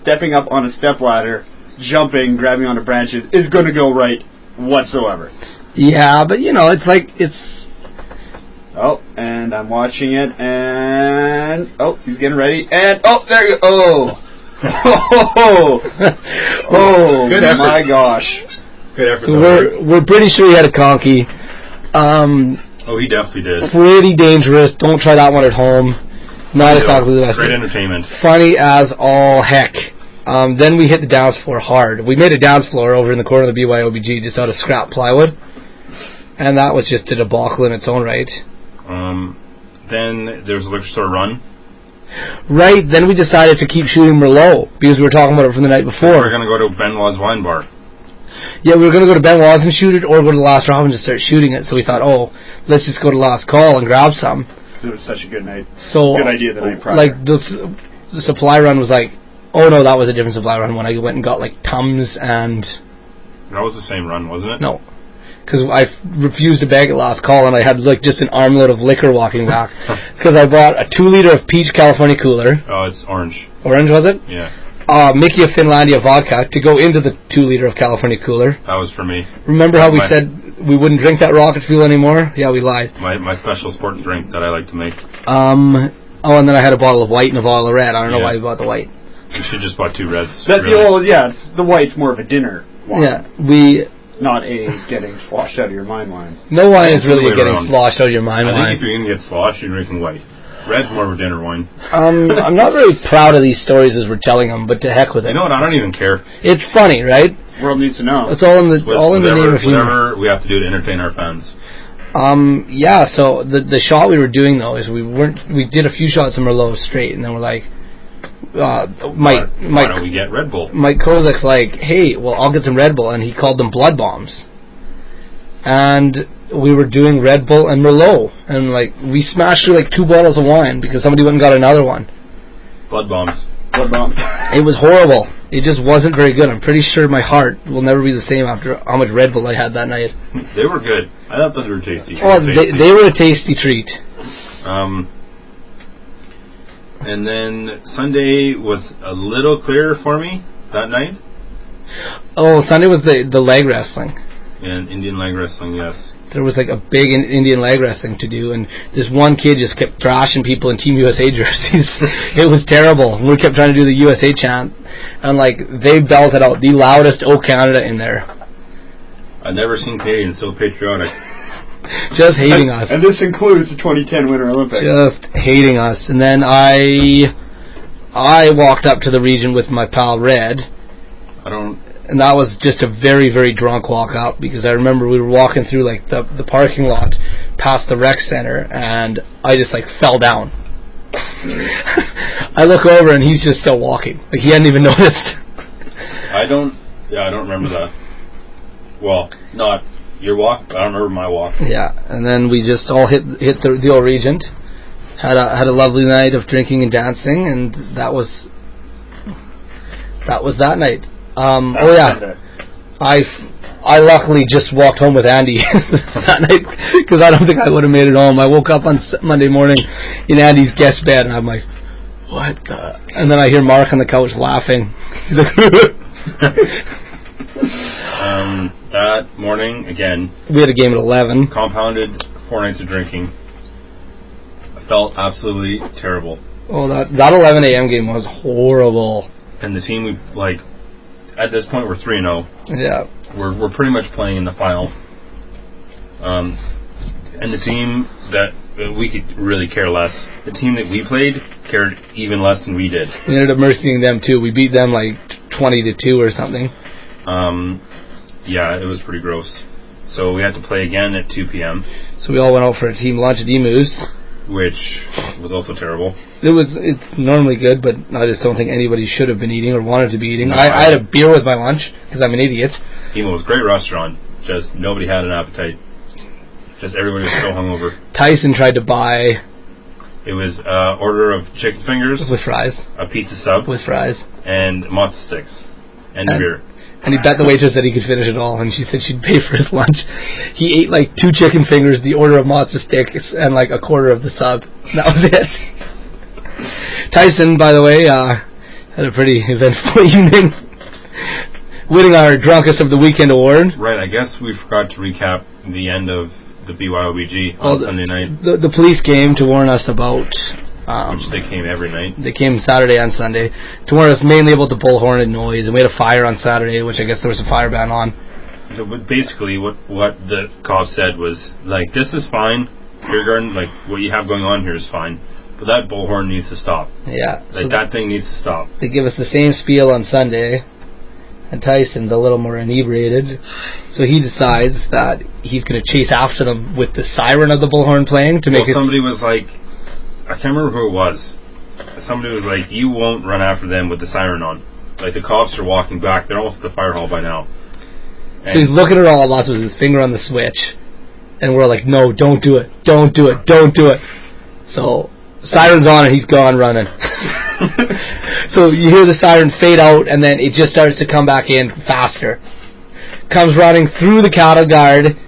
Speaker 1: stepping up on a step ladder, jumping, grabbing onto branches is going to go right whatsoever.
Speaker 2: Yeah, but you know it's like it's
Speaker 1: Oh, and I'm watching it, and oh, he's getting ready, and oh, there you go. Oh, oh,
Speaker 3: Good effort.
Speaker 1: my gosh!
Speaker 3: Good effort. though, right?
Speaker 2: we're we're pretty sure he had a conky. Um,
Speaker 3: Oh, he definitely did.
Speaker 2: Pretty dangerous. Don't try that one at home. Not exactly the best.
Speaker 3: Great entertainment.
Speaker 2: funny as all heck. Um, then we hit the dance floor hard. We made a dance floor over in the corner of the BYOBG just out of scrap plywood. And that was just a debacle in its own right.
Speaker 3: Um, then there was a liquor store run.
Speaker 2: Right, then we decided to keep shooting Merlot because we were talking about it from the night
Speaker 3: We were
Speaker 2: before.
Speaker 3: gonna go to Ben Law's wine bar.
Speaker 2: Yeah, we were going to go to Ben Waz and shoot it or go to Last Rob and just start shooting it. So we thought, oh, let's just go to Last Call and grab some.
Speaker 1: It was such a good night.
Speaker 2: So
Speaker 1: Good idea the night prior.
Speaker 2: Like the, s- the supply run was like, oh no, that was a different supply run when I went and got like Tums and
Speaker 3: That was the same run, wasn't it?
Speaker 2: No. Because I f- refused to bag at last call, and I had like just an armload of liquor walking back. Because I bought a two liter of peach California cooler,
Speaker 3: Oh, it's orange.
Speaker 2: orange was it?
Speaker 3: Yeah,
Speaker 2: Uh, Mickey of Finlandia vodka to go into the two liter of California cooler.
Speaker 3: that was for me.
Speaker 2: Remember how we
Speaker 3: Right.
Speaker 2: said we wouldn't drink that rocket fuel anymore? Yeah, we lied.
Speaker 3: My my special sport drink that I like to make.
Speaker 2: Um. Oh, and then I had a bottle of white and a bottle of red. I don't know why
Speaker 3: Yeah.
Speaker 2: we bought the white.
Speaker 3: You should just buy two reds.
Speaker 1: That's
Speaker 3: really.
Speaker 1: the old, yeah, it's, the white's more of a dinner wine,
Speaker 2: Yeah, we.
Speaker 1: not a getting sloshed out of your mind wine.
Speaker 2: No wine is really
Speaker 3: Other way
Speaker 2: a getting
Speaker 3: around.
Speaker 2: sloshed out of your mind.
Speaker 3: I
Speaker 2: wine.
Speaker 3: think if you're gonna get slosh, you're drinking white. Red's more of a dinner wine.
Speaker 2: Um, I'm not very proud of these stories as we're telling them, but to heck with
Speaker 3: You
Speaker 2: it.
Speaker 3: know what? I don't even care.
Speaker 2: It's funny, right?
Speaker 1: World needs to know.
Speaker 2: It's all in the
Speaker 3: What-
Speaker 2: all in
Speaker 3: whatever,
Speaker 2: the name of humor.
Speaker 3: whatever we have to do to entertain our fans.
Speaker 2: Um, yeah. So the the shot we were doing though is we weren't we did a few shots of Merlot straight, and then we're like, uh, Mike
Speaker 3: Why- Why don't
Speaker 2: Mike
Speaker 3: we get Red Bull?
Speaker 2: Mike Kozak's like, hey, well I'll get some Red Bull, and he called them blood bombs, and we were doing Red Bull and Merlot, and like we smashed through like two bottles of wine because somebody went and got another one.
Speaker 3: Blood bombs.
Speaker 1: What about-
Speaker 2: It was horrible. It just wasn't very good. I'm pretty sure my heart will never be the same after how much Red Bull I had that night.
Speaker 3: They were good. I thought those were tasty.
Speaker 2: Oh,
Speaker 3: They were
Speaker 2: they,
Speaker 3: tasty.
Speaker 2: they were a tasty treat.
Speaker 3: Um, and then Sunday was a little clearer for me that night.
Speaker 2: Oh, Sunday was the the leg wrestling.
Speaker 3: And Indian leg wrestling, yes.
Speaker 2: There was like a big in- Indian leg wrestling to do, and this one kid just kept thrashing people in Team USA jerseys. it was terrible. We kept trying to do the USA chant, and like they belted out the loudest "Oh Canada" in there,
Speaker 3: I've never seen Canadians so patriotic.
Speaker 2: just hating us,
Speaker 1: And this includes the 2010 Winter Olympics.
Speaker 2: just hating us. And then I, I walked up to the region with my pal Red,
Speaker 3: I don't.
Speaker 2: and that was just a very very drunk walk out because I remember we were walking through like the the parking lot past the rec center and I just like fell down. I look over and he's just still walking like he hadn't even noticed.
Speaker 3: I don't. Yeah, I don't remember that. Well, not your walk. I don't remember my walk.
Speaker 2: Yeah, and then we just all hit hit the, the old Regent, had a had a lovely night of drinking and dancing, and that was that was that night. Um, oh yeah. I, f- I luckily just walked home with Andy that night because I don't think I would have made it home. I woke up on S- Monday morning in Andy's guest bed and I'm like, what the? And then I hear Mark on the couch laughing. He's like,
Speaker 3: Um, that morning, again,
Speaker 2: we had a game at 11.
Speaker 3: compounded four nights of drinking. I felt absolutely terrible.
Speaker 2: Oh, that, that 11 a.m. game was horrible.
Speaker 3: And the team, we like, at this point, we're oh. 3 0.
Speaker 2: Yeah.
Speaker 3: we're, we're pretty much playing in the final. Um, and the team that uh, we could really care less. The team that we played cared even less than we did.
Speaker 2: We ended up mercying them too. We beat them like 20 to 2 or something.
Speaker 3: Um, yeah, it was pretty gross. So we had to play again at 2 p.m.,
Speaker 2: So we all went out for a team lunch at Emus.
Speaker 3: which was also terrible.
Speaker 2: It was. It's normally good, but I just don't think anybody should have been eating or wanted to be eating.
Speaker 3: No,
Speaker 2: I,
Speaker 3: I-
Speaker 2: I had a beer with my lunch because I'm an idiot.
Speaker 3: Emo was a great restaurant, just nobody had an appetite. Just everybody was so hungover.
Speaker 2: Tyson tried to buy
Speaker 3: It was uh, order of chicken fingers,
Speaker 2: with fries,
Speaker 3: a pizza sub,
Speaker 2: with fries,
Speaker 3: and matzo sticks, and,
Speaker 2: And-
Speaker 3: beer.
Speaker 2: and he bet the waitress that he could finish it all, and she said she'd pay for his lunch. He ate like two chicken fingers, the order of matzo sticks, and like a quarter of the sub. And That was it. Tyson, by the way, uh, had a pretty eventful evening, winning our drunkest of the weekend award.
Speaker 3: Right, I guess we forgot to recap the end of the BYOBG on
Speaker 2: Well, the-
Speaker 3: Sunday night,
Speaker 2: The, the police came to warn us about. Um,
Speaker 3: which they came every night.
Speaker 2: They came Saturday and Sunday to warn us mainly about the bullhorn and noise, and we had a fire on Saturday, which I guess there was a fire ban on.
Speaker 3: So but basically, what what the cop said was like, "This is fine, beer garden. Like what you have going on here is fine, but that bullhorn needs to stop.
Speaker 2: Yeah. so
Speaker 3: Like that thing needs to stop."
Speaker 2: they give us the same spiel on Sunday, and Tyson's a little more inebriated. So he decides that he's going to chase after them with the siren of the bullhorn playing to make
Speaker 3: well,
Speaker 2: it.
Speaker 3: somebody was like, I can't remember who it was. Somebody was like, "You won't run after them with the siren on." Like the cops are walking back. They're almost at the fire hall by now.
Speaker 2: So he's looking at all of us with his finger on the switch, and we're like, "No, don't do it! Don't do it! Don't do it!" So siren's on, and he's gone running. so you hear the siren fade out, and then it just starts to come back in faster. Comes running through the cattle guard,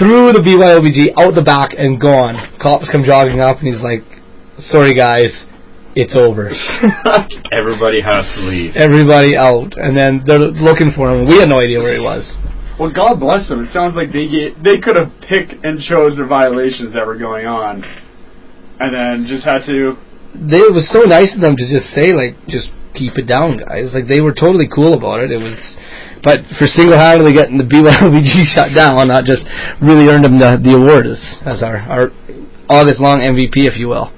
Speaker 2: through the BYOBG, out the back, and gone. Cops come jogging up, and he's like, "Sorry, guys." It's over.
Speaker 1: uh,
Speaker 3: Everybody has to leave.
Speaker 2: Everybody out, and then they're looking for him. We had no idea where he was.
Speaker 1: Well, God bless them. It sounds like they get, they could have picked and chose the violations that were going on, and then just had to.
Speaker 2: they, it was so nice of them to just say like just keep it down guys like they were totally cool about it it was but for single-handedly getting the BYOBG shut down not just really earned them the, the award as, as our, our August long MVP if you will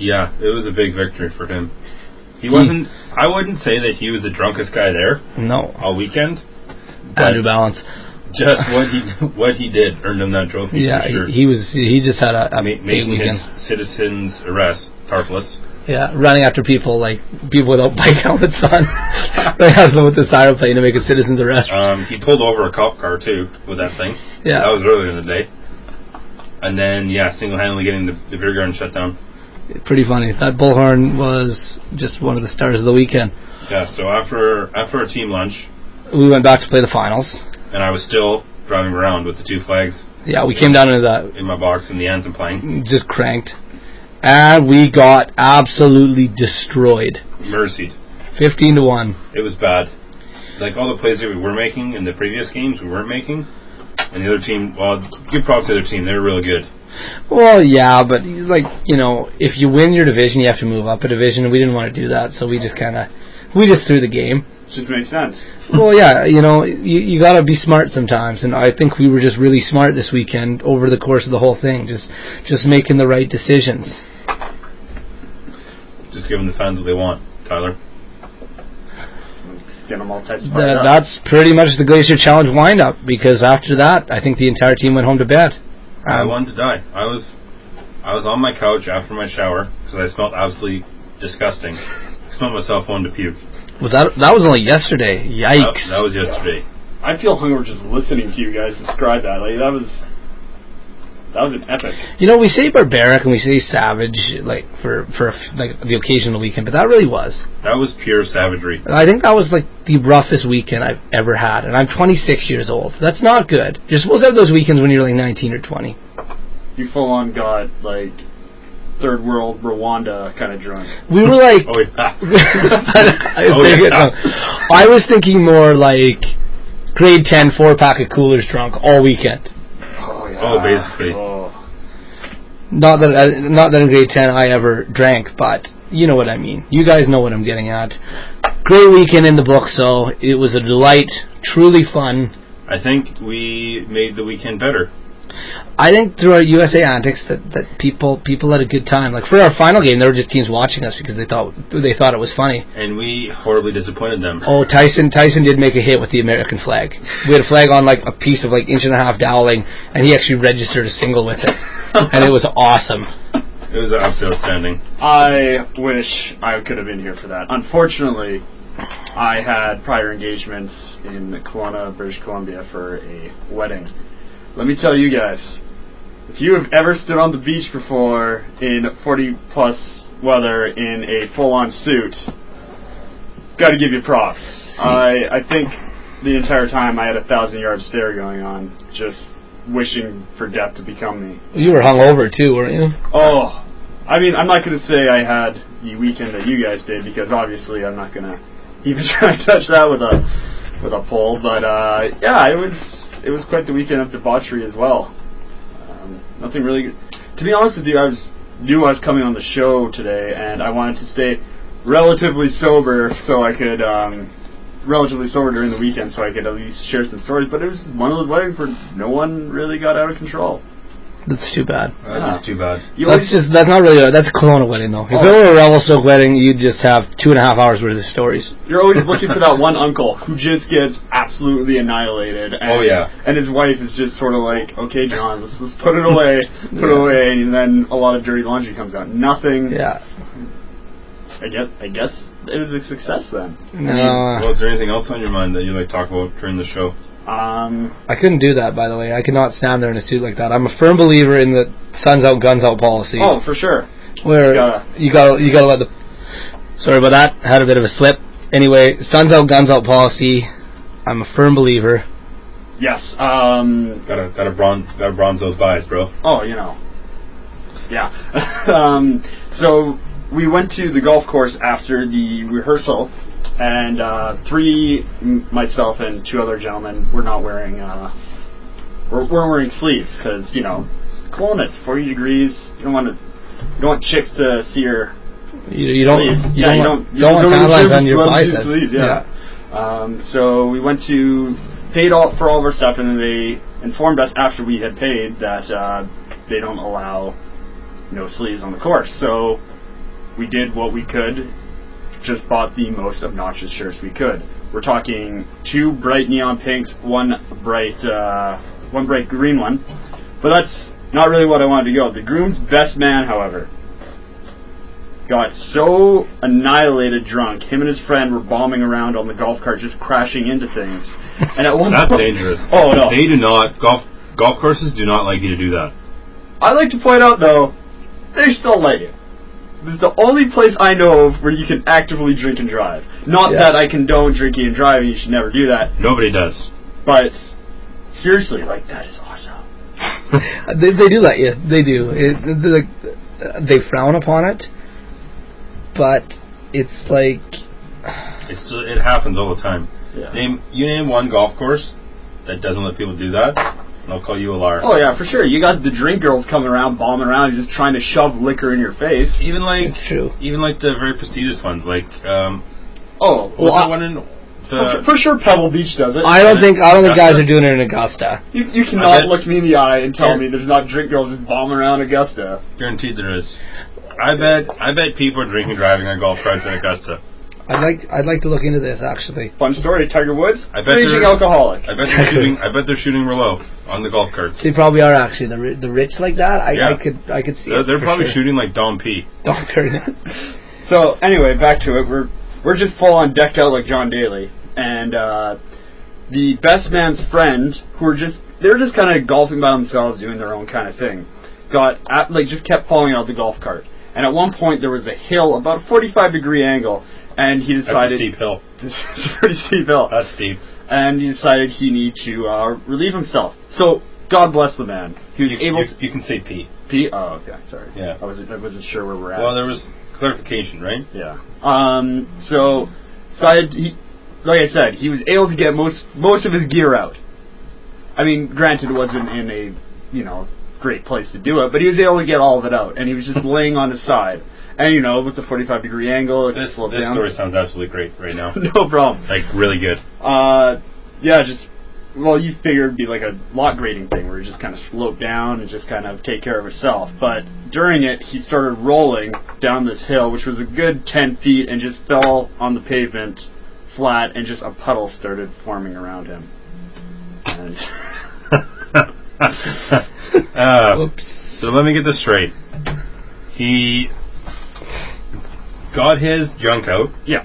Speaker 3: Yeah, it was a big victory for him.
Speaker 2: Hmm.
Speaker 3: He wasn't. I wouldn't say that he was the drunkest guy there
Speaker 2: no
Speaker 3: all weekend.
Speaker 2: uh, New Balance
Speaker 3: Just what he what he did earned him that trophy.
Speaker 2: yeah
Speaker 3: for sure.
Speaker 2: he, he was he just had a, a
Speaker 3: Ma-
Speaker 2: big
Speaker 3: making
Speaker 2: weekend
Speaker 3: his citizens arrest tarpless.
Speaker 2: yeah running after people like people without bike helmets on right after them with the siren playing to make a citizen's arrest
Speaker 3: Um, he pulled over a cop car too with that thing.
Speaker 2: yeah
Speaker 3: That was earlier in the day. And then, yeah, single-handedly getting the, the beer garden shut down.
Speaker 2: pretty funny that bullhorn was just one of the stars of the weekend
Speaker 3: Yeah, so after after a team lunch,
Speaker 2: we went back to play the finals.
Speaker 3: and I was still driving around with the two flags
Speaker 2: Yeah, we came down into that
Speaker 3: in my box and the anthem playing.
Speaker 2: just cranked, and we got absolutely destroyed,
Speaker 3: Mercied.
Speaker 2: fifteen to one.
Speaker 3: It was bad. Like, all the plays that we were making in the previous games, we weren't making. And the other team, well, give props to the other team. They were really good.
Speaker 2: Well, yeah, but like you know, if you win your division, you have to move up a division. and We didn't want to do that, so we just kind of we just threw the game.
Speaker 1: Just makes sense.
Speaker 2: well, yeah, you know, you, you got to be smart sometimes, and I think we were just really smart this weekend over the course of the whole thing, just just making the right decisions.
Speaker 3: Just giving the fans what they want, Tyler.
Speaker 1: Get them all types of fired
Speaker 2: That,
Speaker 1: up.
Speaker 2: that's pretty much the Glacier Challenge windup because after that, I think the entire team went home to bed.
Speaker 3: I
Speaker 2: Um,
Speaker 3: wanted to die. I was, I was on my couch after my shower because I smelled absolutely disgusting. I smelled myself wanting to puke.
Speaker 2: was that that was only yesterday?
Speaker 3: That,
Speaker 2: Yikes!
Speaker 3: that was yesterday.
Speaker 1: I feel hungover just listening to you guys describe that. Like that was that was an epic.
Speaker 2: you know, we say barbaric and we say savage like for for a f- like the occasional weekend, but that really was.
Speaker 3: That was pure savagery.
Speaker 2: I think that was like the roughest weekend I've ever had, and I'm 26 years old. That's not good. You're supposed to have those weekends when you're like 19 or 20.
Speaker 1: You full on got like third world Rwanda kind of drunk.
Speaker 2: We were like
Speaker 3: Oh yeah.
Speaker 2: I, was
Speaker 3: Oh, yeah.
Speaker 2: thinking, no. I was thinking more like grade 10 four pack of coolers drunk all weekend.
Speaker 1: Oh yeah.
Speaker 3: Oh, basically.
Speaker 1: Oh.
Speaker 2: Not that I, not that in grade 10 I ever drank, but you know what I mean. You guys know what I'm getting at. Great weekend in the book, so it was a delight, truly fun.
Speaker 3: I think we made the weekend better.
Speaker 2: I think through our USA antics that, that people people had a good time. Like for our final game, there were just teams watching us because they thought they thought it was funny.
Speaker 3: And we horribly disappointed them.
Speaker 2: Oh, Tyson! Tyson did make a hit with the American flag. We had a flag on like a piece of like inch and a half doweling, and he actually registered a single with it, and it was awesome.
Speaker 3: It was absolutely outstanding.
Speaker 1: I wish I could have been here for that. Unfortunately, I had prior engagements in Kelowna, British Columbia for a wedding. Let me tell you guys, if you have ever stood on the beach before in 40 plus weather in a full on suit, gotta give you props. I, I think the entire time I had a thousand yard stare going on, just wishing for death to become me.
Speaker 2: You were hungover too, weren't you?
Speaker 1: Oh, I mean, I'm not going to say I had the weekend that you guys did because obviously I'm not going to even try to touch that with a with a pole. But uh, yeah, it was it was quite the weekend of debauchery as well. Um, nothing really. Good. To be honest with you, I was knew I was coming on the show today, and I wanted to stay relatively sober so I could um, relatively sober during the weekend, so I could at least share some stories. But it was one of those weddings where no one really got out of control.
Speaker 2: That's too bad.
Speaker 3: That's too bad.
Speaker 1: You always-
Speaker 2: that's just that's not really a, that's a Kelowna wedding though. If
Speaker 1: Oh.
Speaker 2: it were a Revelstoke wedding, you'd just have two and a half hours worth of stories.
Speaker 1: You're always looking for that one uncle who just gets absolutely annihilated. And,
Speaker 3: Oh, yeah.
Speaker 1: and his wife is just sort of like, okay, John, let's, let's put it away, put it away, and then a lot of dirty laundry comes out. Nothing.
Speaker 2: Yeah.
Speaker 1: I guess. I guess it was a success then.
Speaker 3: Well,
Speaker 2: No,
Speaker 3: is there anything else on your mind that you like to talk about during the show?
Speaker 1: Um,
Speaker 2: I couldn't do that. By the way, I could not stand there in a suit like that. I'm a firm believer in the suns out, guns out policy,
Speaker 1: oh, for sure.
Speaker 2: where
Speaker 1: gotta-
Speaker 2: you got you got to let the. Sorry about that. Had a bit of a slip. Anyway, suns out, guns out policy. I'm a firm believer.
Speaker 1: Yes. Um,
Speaker 3: Gotta gotta bronze gotta bronze those buys, bro.
Speaker 1: oh, you know. Yeah. um, so we went to the golf course after the rehearsal, and uh, three, m- myself and two other gentlemen, were not wearing. Uh, we're, we're wearing sleeves because you know, Kelowna, it's 40 degrees. You don't want to. You don't want chicks to see your
Speaker 2: You, you don't.
Speaker 1: sleeves.
Speaker 2: You
Speaker 1: yeah,
Speaker 2: don't,
Speaker 1: you
Speaker 2: want-
Speaker 1: don't.
Speaker 2: you don't want tan lines on your
Speaker 1: biceps.
Speaker 2: biceps.
Speaker 1: Sleeves, yeah. Um, so we went to paid all for all of our stuff, and then they informed us after we had paid that uh, they don't allow no sleeves on the course. So we did what we could, just bought the most obnoxious shirts we could. We're talking two bright neon pinks, one bright uh, one bright green one, but that's not really what I wanted to go. The groom's best man, however, got so annihilated drunk. Him and his friend were bombing around on the golf cart, just crashing into things. And at one
Speaker 3: That's
Speaker 1: point,
Speaker 3: dangerous.
Speaker 1: Oh no!
Speaker 3: They do not golf golf courses do not like you to do that.
Speaker 1: I'd like to point out though, they still like it. This is the only place I know of where you can actively drink and drive. Not
Speaker 2: Yeah.
Speaker 1: that I condone drinking and driving; you should never do that.
Speaker 3: Nobody does.
Speaker 1: But seriously, like that is awesome.
Speaker 2: They, they do let you. They do. It, they, like, they frown upon it, but it's like
Speaker 3: It's ju- it happens all the time.
Speaker 1: Yeah.
Speaker 3: Name you name one golf course that doesn't let people do that, and I'll call you a liar.
Speaker 1: Oh yeah, for sure. You got the drink girls coming around, bombing around, just trying to shove liquor in your face.
Speaker 3: Even like
Speaker 2: it's true.
Speaker 3: even like the very prestigious ones, like um,
Speaker 1: Oh,
Speaker 3: what's
Speaker 1: well,
Speaker 3: that one in
Speaker 1: for,
Speaker 3: the
Speaker 1: for sure, Pebble Beach does it.
Speaker 2: I don't think I don't think guys are doing it in Augusta.
Speaker 1: you, you
Speaker 3: I
Speaker 1: cannot
Speaker 3: bet-
Speaker 1: look me in the eye and tell
Speaker 3: Yeah.
Speaker 1: me there's not drink girls just bombing around Augusta.
Speaker 3: guaranteed there is. I bet I bet people are drinking and driving on golf carts in Augusta.
Speaker 2: I'd like I'd like to look into this actually.
Speaker 1: Fun story. Tiger Woods,
Speaker 3: I bet
Speaker 1: raging
Speaker 3: they're-
Speaker 1: alcoholic.
Speaker 3: I bet they're shooting I bet they're shooting Merlot on the golf carts.
Speaker 2: They probably are actually the ri- the rich like that. I,
Speaker 3: Yeah.
Speaker 2: I could I could see. it
Speaker 3: They're, they're
Speaker 2: for
Speaker 3: probably
Speaker 2: sure.
Speaker 3: shooting like Dom P.
Speaker 2: Don't carry that.
Speaker 1: So anyway, back to it. We're we're just full on decked out like John Daly, and uh, the best man's friend, who are just they're just kind of golfing by themselves, doing their own kind of thing, got at, like just kept falling out of the golf cart. And at one point, there was a hill about a 45 degree angle, and he
Speaker 3: That's a
Speaker 1: decided
Speaker 3: steep hill.
Speaker 1: it's a pretty steep hill,
Speaker 3: That's steep.
Speaker 1: and he decided he need to uh, relieve himself. So God bless the man. He was
Speaker 3: You,
Speaker 1: able
Speaker 3: you,
Speaker 1: to
Speaker 3: you can say P.
Speaker 1: pee. Oh, okay, sorry.
Speaker 3: Yeah.
Speaker 1: I wasn't I wasn't sure where we're at.
Speaker 3: Well, there was clarification, right?
Speaker 1: Yeah. Um. So, side. He, like I said, he was able to get most most of his gear out. I mean, granted, it wasn't in a you know great place to do it, but he was able to get all of it out, and he was just laying on his side, and you know, with the 45 degree angle, it
Speaker 3: This
Speaker 1: slowed
Speaker 3: this
Speaker 1: down.
Speaker 3: story sounds absolutely great right now.
Speaker 1: no problem.
Speaker 3: Like really good.
Speaker 1: Uh, yeah, just well, you figure it'd be like a lot grading thing where it just kind of sloped down and just kind of take care of itself. But during it, he started rolling down this hill, which was a good ten feet, and just fell on the pavement flat, and just a puddle started forming around him. And
Speaker 3: uh,
Speaker 2: Oops.
Speaker 3: so let me get this straight. He got his junk out,
Speaker 1: yeah,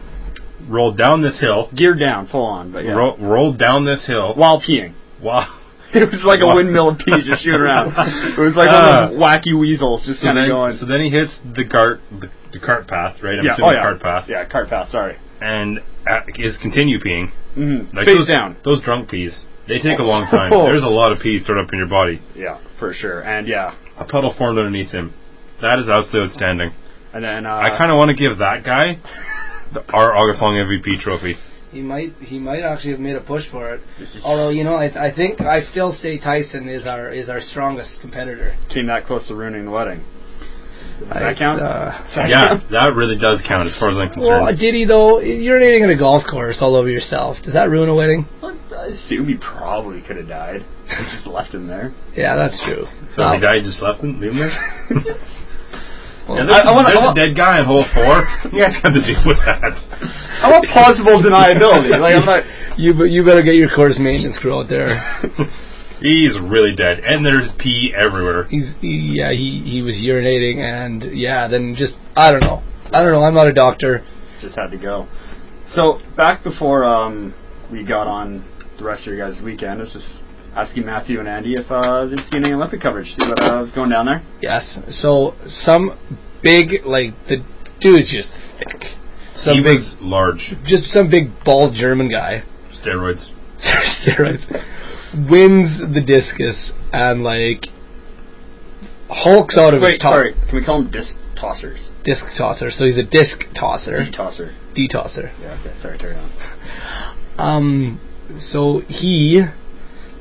Speaker 3: rolled down this hill,
Speaker 1: geared down, full on, but yeah,
Speaker 3: ro- rolled down this hill.
Speaker 1: while peeing.
Speaker 3: Wow.
Speaker 1: It was like a
Speaker 3: Wow. Uh.
Speaker 1: windmill of pee just shooting around. It was like one of those wacky weasels just
Speaker 3: So
Speaker 1: kind of
Speaker 3: then,
Speaker 1: going.
Speaker 3: so then he hits the cart, the, the cart path, right? I'm
Speaker 1: yeah, oh
Speaker 3: assuming
Speaker 1: yeah,
Speaker 3: cart path,
Speaker 1: Yeah, cart path. Sorry.
Speaker 3: and uh, is continue peeing.
Speaker 1: Mm-hmm.
Speaker 3: Like
Speaker 1: Face
Speaker 3: those,
Speaker 1: down.
Speaker 3: Those drunk pees, they take a long time. There's a lot of pee stored up in your body.
Speaker 1: Yeah, for sure. And yeah,
Speaker 3: A puddle formed underneath him. That is absolutely outstanding.
Speaker 1: and then uh,
Speaker 3: I kind of want to give that guy the, our August Long MVP trophy.
Speaker 2: He might he might actually have made a push for it. Although you know I, I think I still say Tyson is our is our strongest competitor.
Speaker 1: came that close to ruining the wedding. Does that count?
Speaker 2: Uh,
Speaker 1: Does that
Speaker 3: Yeah,
Speaker 1: count?
Speaker 3: that really does count as far as I'm
Speaker 2: well,
Speaker 3: concerned.
Speaker 2: Diddy though, urinating in a golf course all over yourself. Does that ruin a wedding?
Speaker 1: I assume he probably could have died. They just left him there.
Speaker 2: Yeah, that's true.
Speaker 3: So the guy just left him, leave him there.
Speaker 2: Well,
Speaker 3: Yeah, there's,
Speaker 1: I- I wanna-
Speaker 3: there's
Speaker 1: I wa-
Speaker 3: a dead guy in hole four. You guys have to deal with that.
Speaker 1: I want plausible deniability. Like I'm not.
Speaker 2: you be- you better get your course maintenance crew out there.
Speaker 3: He's really dead, and there's pee everywhere.
Speaker 2: He's he, yeah he he was urinating and yeah then just I don't know I don't know I'm not a doctor.
Speaker 1: Just had to go. So back before um, we got on the rest of your guys' weekend, I was just asking Matthew and Andy if uh, they'd seen any Olympic coverage. See what uh, was going down there.
Speaker 2: Yes. So some big like the dude's just thick. Some
Speaker 3: he
Speaker 2: big
Speaker 3: was large.
Speaker 2: just some big bald German guy
Speaker 3: Steroids.
Speaker 2: steroids wins the discus and like hulks out of his
Speaker 1: Wait,
Speaker 2: top
Speaker 1: sorry. Can we call them disc tossers?
Speaker 2: disc tosser. So he's a disc tosser,
Speaker 1: D tosser.
Speaker 2: D tosser.
Speaker 1: Yeah. Okay. Sorry. Carry on.
Speaker 2: Um, so he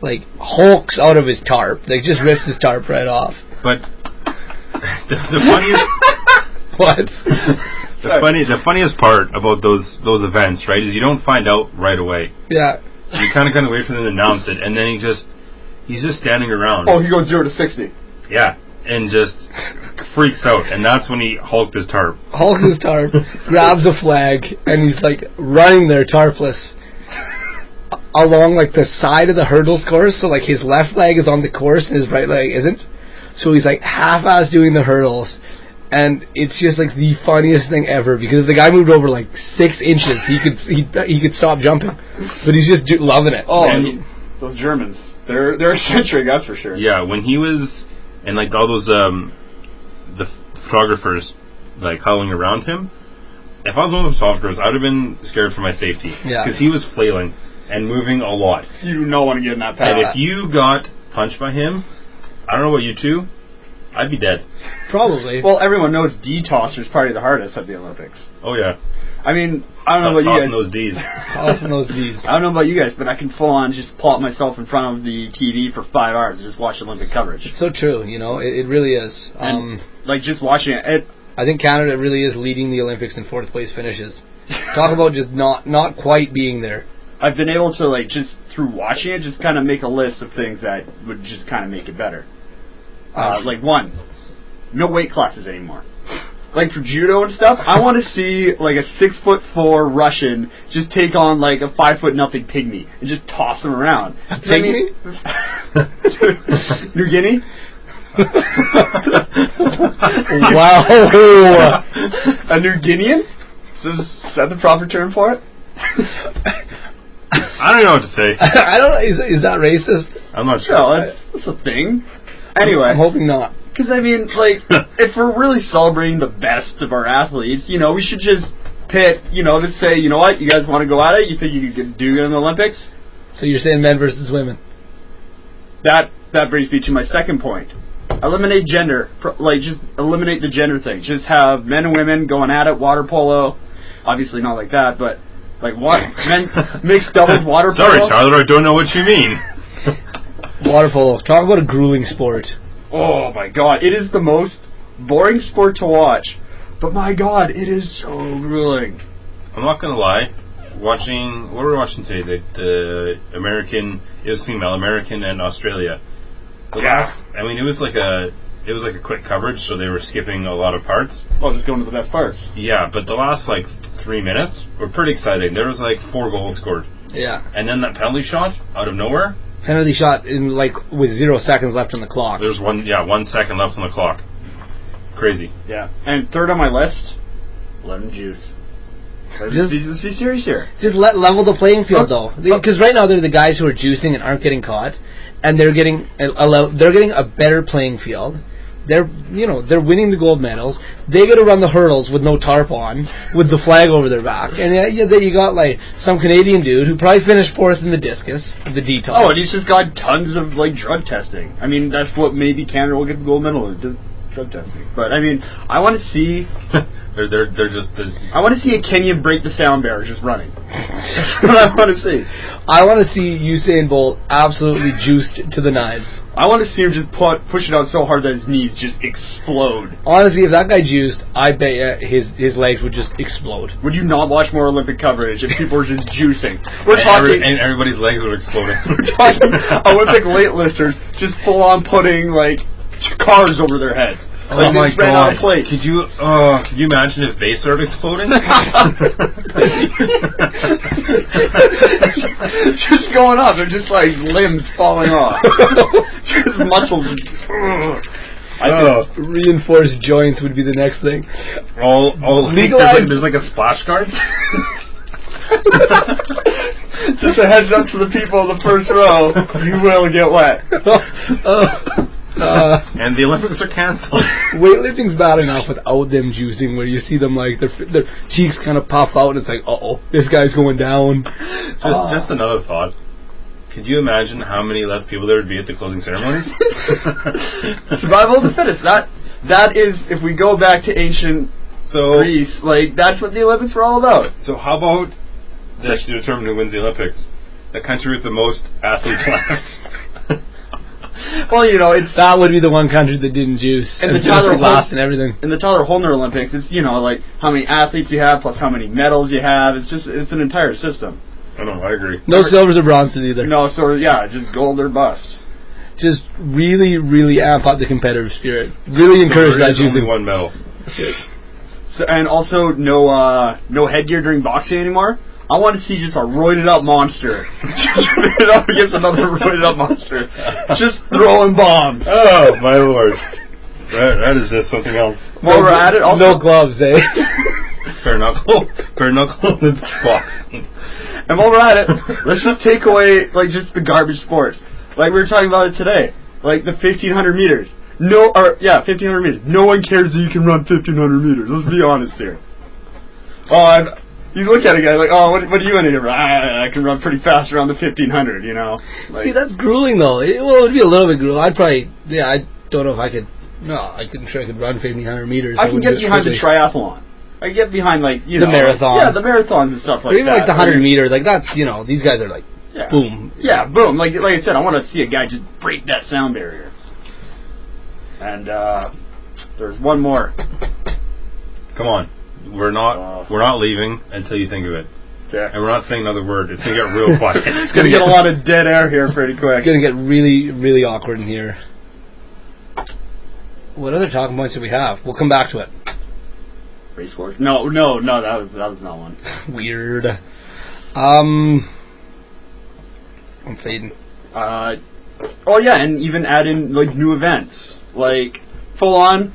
Speaker 2: like hulks out of his tarp, like just rips his tarp right off.
Speaker 3: But the, the funniest,
Speaker 2: What?
Speaker 3: the funny, the funniest part about those those events, right, is you don't find out right away.
Speaker 2: yeah.
Speaker 3: You kind of kind of wait for them to announce it, and then he just he's just standing around.
Speaker 1: Oh, he goes zero to sixty.
Speaker 3: Yeah, and just freaks out, and that's when he hulked his tarp.
Speaker 2: Hulks his tarp, grabs a flag, and he's like running there tarpless a- along like the side of the hurdles course. So like his left leg is on the course and his right leg isn't. So he's like half-ass doing the hurdles, and it's just like the funniest thing ever because if the guy moved over like six inches, he could he he could stop jumping, but he's just do- loving it.
Speaker 1: Oh, and
Speaker 3: And-
Speaker 1: those Germans. They're they're eccentric. That's for sure.
Speaker 3: Yeah, when he was and like all those um the photographers like howling around him. If I was one of those photographers, I'd have been scared for my safety.
Speaker 2: Yeah.
Speaker 3: Because he was flailing and moving a lot.
Speaker 1: You do not want to get in that
Speaker 3: and
Speaker 1: path.
Speaker 3: if you got punched by him, I don't know about you two, I'd be dead.
Speaker 2: probably.
Speaker 1: well, everyone knows D tosser is probably the hardest at the Olympics.
Speaker 3: Oh yeah.
Speaker 1: I mean, I don't know
Speaker 3: Tossing
Speaker 1: about you guys.
Speaker 3: those D's.
Speaker 2: Tossing those D's.
Speaker 1: I don't know about you guys, but I can full on just plop myself in front of the TV for five hours and just watch Olympic coverage.
Speaker 2: It's so true, you know. It, it really is. Um,
Speaker 1: And like just watching it, it
Speaker 2: I think Canada really is leading the Olympics in fourth place finishes. Talk about just not not quite being there.
Speaker 1: I've been able to like just through watching it, just kind of make a list of things that would just kind of make it better. Uh,
Speaker 2: Um,
Speaker 1: like one, no weight classes anymore. Like for judo and stuff, I want to see like a six foot four Russian just take on like a five foot nothing pygmy and just toss him around. I mean- New Guinea.
Speaker 2: wow.
Speaker 1: A New Guinean? Is that the proper term for it?
Speaker 3: I don't know what to say.
Speaker 2: I don't know. Is, is that racist?
Speaker 3: I'm not sure.
Speaker 1: No, it's, it's a thing. Anyway,
Speaker 2: I'm hoping not.
Speaker 1: because I mean, like, if we're really celebrating the best of our athletes, you know, we should just pit, you know, just say, you know what, you guys want to go at it? You think you could do it in the Olympics?
Speaker 2: So you're saying men versus women?
Speaker 1: That that brings me to my second point. Eliminate gender, Pro- like just eliminate the gender thing. Just have men and women going at it, water polo. Obviously not like that, but like water, men mixed doubles water
Speaker 3: Sorry,
Speaker 1: polo.
Speaker 3: Tyler, I don't know what you mean.
Speaker 2: Water polo. Talk about a grueling sport.
Speaker 1: Oh my god, it is the most boring sport to watch. But my god, it is so grueling.
Speaker 3: I'm not gonna lie. Watching what were we watching today? The, the American it was female American and Australia. The
Speaker 1: Yeah.
Speaker 3: last- I mean it was like a it was like a quick coverage, so they were skipping a lot of parts.
Speaker 1: Well, Oh, just going to the best parts.
Speaker 3: Yeah, but the last like three minutes were pretty exciting. There was like four goals scored,
Speaker 2: Yeah.
Speaker 3: and then that penalty shot out of nowhere.
Speaker 2: Penalty shot in like with zero seconds left on the clock.
Speaker 3: There's one yeah one second left on the clock. Crazy.
Speaker 1: Yeah. And third on my list, lemon juice. Let's
Speaker 2: Just-
Speaker 1: be, let's be serious here.
Speaker 2: Just let level the playing field though,
Speaker 1: Oh.
Speaker 2: because right now they're the guys who are juicing and aren't getting caught, and they're getting allow they're getting a better playing field. They're you know they're winning the gold medals. They get to run the hurdles with no tarp on, with the flag over their back, and uh, yeah, then you got like some Canadian dude who probably finished fourth in the discus, the D
Speaker 1: Oh,
Speaker 2: toss.
Speaker 1: and he's just got tons of like drug testing. I mean, that's what maybe Canada will get the gold medal in. Just drug testing. But I mean, I want to see
Speaker 3: they're, they're they're just the
Speaker 1: I want to see a Kenyan break the sound barrier just running. That's what I want to see.
Speaker 2: I want to see Usain Bolt absolutely juiced to the nines.
Speaker 1: I want to see him just pu- push it out so hard that his knees just explode.
Speaker 2: Honestly, if that guy juiced, I bet ya his his legs would just explode.
Speaker 1: Would you not watch more Olympic coverage if people were just juicing? We're
Speaker 3: and, every-
Speaker 1: talking.
Speaker 3: and everybody's legs would explode.
Speaker 1: We're talking Olympic late listers just full on putting like t- cars over their heads.
Speaker 3: Oh
Speaker 1: Like, they
Speaker 3: my
Speaker 1: spread out
Speaker 3: god!
Speaker 1: plates.
Speaker 3: Could you uh, could you imagine if they started exploding?
Speaker 1: just going up. They're just like limbs falling off. just muscles. I
Speaker 3: oh,
Speaker 2: Uh, Reinforced joints would be the next thing.
Speaker 3: all all
Speaker 2: Legalize-
Speaker 3: There's like, there's like a splash guard.
Speaker 1: just a heads up to the people in the first row. You will get wet.
Speaker 2: Uh,
Speaker 3: and the Olympics are canceled.
Speaker 2: weightlifting's bad enough without them juicing, where you see them like their their cheeks kind of puff out, and it's like, uh oh, this guy's going down.
Speaker 3: just,
Speaker 1: Uh-huh.
Speaker 3: just
Speaker 1: Ah.
Speaker 3: another thought. Could you imagine how many less people there would be at the closing ceremonies?
Speaker 1: Survival of the fittest. That that is if we go back to ancient
Speaker 3: so,
Speaker 1: Greece, like that's what the Olympics were all about.
Speaker 3: so how about this to determine who wins the Olympics? The country with the most athletes left.
Speaker 1: Well, you know, it's
Speaker 2: That would be the one country that didn't juice
Speaker 1: And the
Speaker 2: finished
Speaker 1: Tyler Holt-
Speaker 2: last and everything.
Speaker 1: in the Tyler Holner Olympics. It's you know like how many athletes you have plus how many medals you have. It's just it's an entire system.
Speaker 3: I know. I agree.
Speaker 2: No silvers or bronzes either.
Speaker 1: No, so yeah, just gold or bust.
Speaker 2: Just really, really amp up the competitive spirit. Really encourage
Speaker 3: There
Speaker 2: that
Speaker 3: is only
Speaker 2: juicing.
Speaker 3: one medal.
Speaker 1: So, and also no uh, no headgear during boxing anymore. I want to see just a roided up monster. just it up against another roided up monster. Just throwing bombs.
Speaker 3: Oh my lord! That, that is just something else.
Speaker 1: While we're at it, also
Speaker 2: no gloves, eh?
Speaker 3: Bare knuckle, bare knuckle in the boxing.
Speaker 1: and while we're at it, let's just take away like just the garbage sports. Like we were talking about it today. Like the fifteen hundred meters. No or yeah, fifteen hundred meters. No one cares that you can run fifteen hundred meters. Let's be honest here. Oh i you look at a guy like, oh, what, what are you in here? I, I can run pretty fast around the 1500, you know. Like,
Speaker 2: See, that's grueling though. It, well, it would be a little bit grueling. I'd probably, yeah, I don't know if I could. No, I couldn't sure I could run 1500 meters.
Speaker 1: I can
Speaker 2: wouldn't
Speaker 1: get
Speaker 2: do it
Speaker 1: behind the
Speaker 2: quickly.
Speaker 1: triathlon. I can get behind like you
Speaker 2: The
Speaker 1: know
Speaker 2: marathon.
Speaker 1: Yeah, the marathons and stuff like
Speaker 2: Or even
Speaker 1: that.
Speaker 2: like the
Speaker 1: I
Speaker 2: 100
Speaker 1: mean,
Speaker 2: meter, like that's you know these guys are like
Speaker 1: yeah.
Speaker 2: boom.
Speaker 1: Yeah, boom. Like like I said, I want to see a guy just break that sound barrier. And uh, there's one more.
Speaker 3: Come on, we're not
Speaker 1: Oh.
Speaker 3: we're not leaving until you think of it,
Speaker 1: Yeah.
Speaker 3: and we're not saying another word. It's gonna get real quiet.
Speaker 1: It's gonna get a lot of dead air here pretty quick.
Speaker 2: It's gonna get really really awkward in here. What other talking points do we have? We'll come back to it.
Speaker 1: Race course? No, no, no. That was that was not one.
Speaker 2: Weird. Um, I'm fading.
Speaker 1: Uh, oh yeah, and even add in like new events, like full on.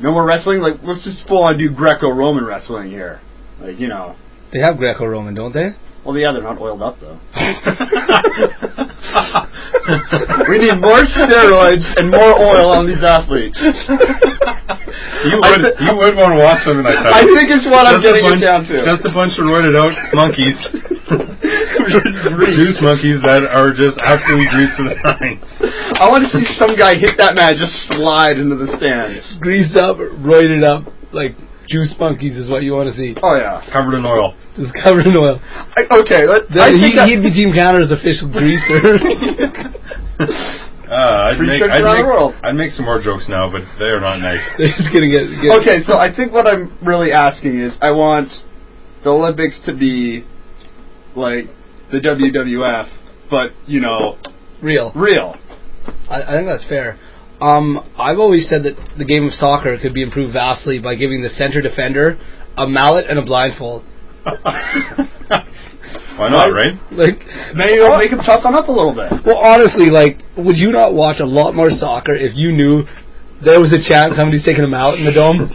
Speaker 1: No more wrestling. Like let's just full on do Greco-Roman wrestling here. Like you know.
Speaker 2: They have Greco-Roman, don't they?
Speaker 1: Well, yeah, they're not oiled up though. We need more steroids and more oil on these athletes.
Speaker 3: You
Speaker 1: I
Speaker 3: would
Speaker 1: thi-
Speaker 3: you would want to watch something like that.
Speaker 1: I think it's what I'm
Speaker 3: Just a
Speaker 1: getting it
Speaker 3: bunch-
Speaker 1: down to.
Speaker 3: Just a bunch of roided out monkeys, juice monkeys that are just absolutely juiced to the nines.
Speaker 1: I want to see some guy hit that man just slide into the stands.
Speaker 2: Greased up, roided up, like juice monkeys is what you want to see.
Speaker 1: Oh yeah.
Speaker 3: Covered in oil.
Speaker 2: Just covered in oil.
Speaker 1: I, okay, let, I
Speaker 2: Then
Speaker 1: think
Speaker 2: he,
Speaker 1: that-
Speaker 2: he'd be Team Counter's official greaser.
Speaker 3: Uh, I'd,
Speaker 1: Free
Speaker 3: make,
Speaker 1: trips
Speaker 3: I'd,
Speaker 1: around
Speaker 3: make,
Speaker 1: the world.
Speaker 3: I'd make some more jokes now, but they are not nice.
Speaker 2: They're just gonna get, get
Speaker 1: Okay, so I think what I'm really asking is I want the Olympics to be like the WWF, but you know,
Speaker 2: real.
Speaker 1: real.
Speaker 2: I, I think that's fair. Um, I've always said that the game of soccer could be improved vastly by giving the center defender a mallet and a blindfold.
Speaker 3: Why not, right?
Speaker 2: Like,
Speaker 1: Maybe it'll make him toughen up a little bit.
Speaker 2: well, honestly, like, would you not watch a lot more soccer if you knew there was a chance somebody's taking a mallet in the dome?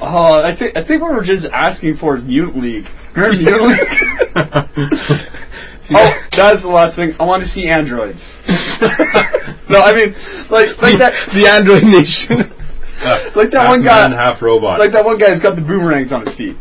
Speaker 1: Oh, I think I think what we're just asking for is Mutant League. Remember Mutant League? Oh, that's the last thing. I want to see androids. no, I mean, like like that,
Speaker 2: the Android Nation.
Speaker 3: Uh,
Speaker 1: Like that
Speaker 3: half
Speaker 1: one guy-
Speaker 3: man, half robot.
Speaker 1: like that one guy's got the boomerangs on his feet.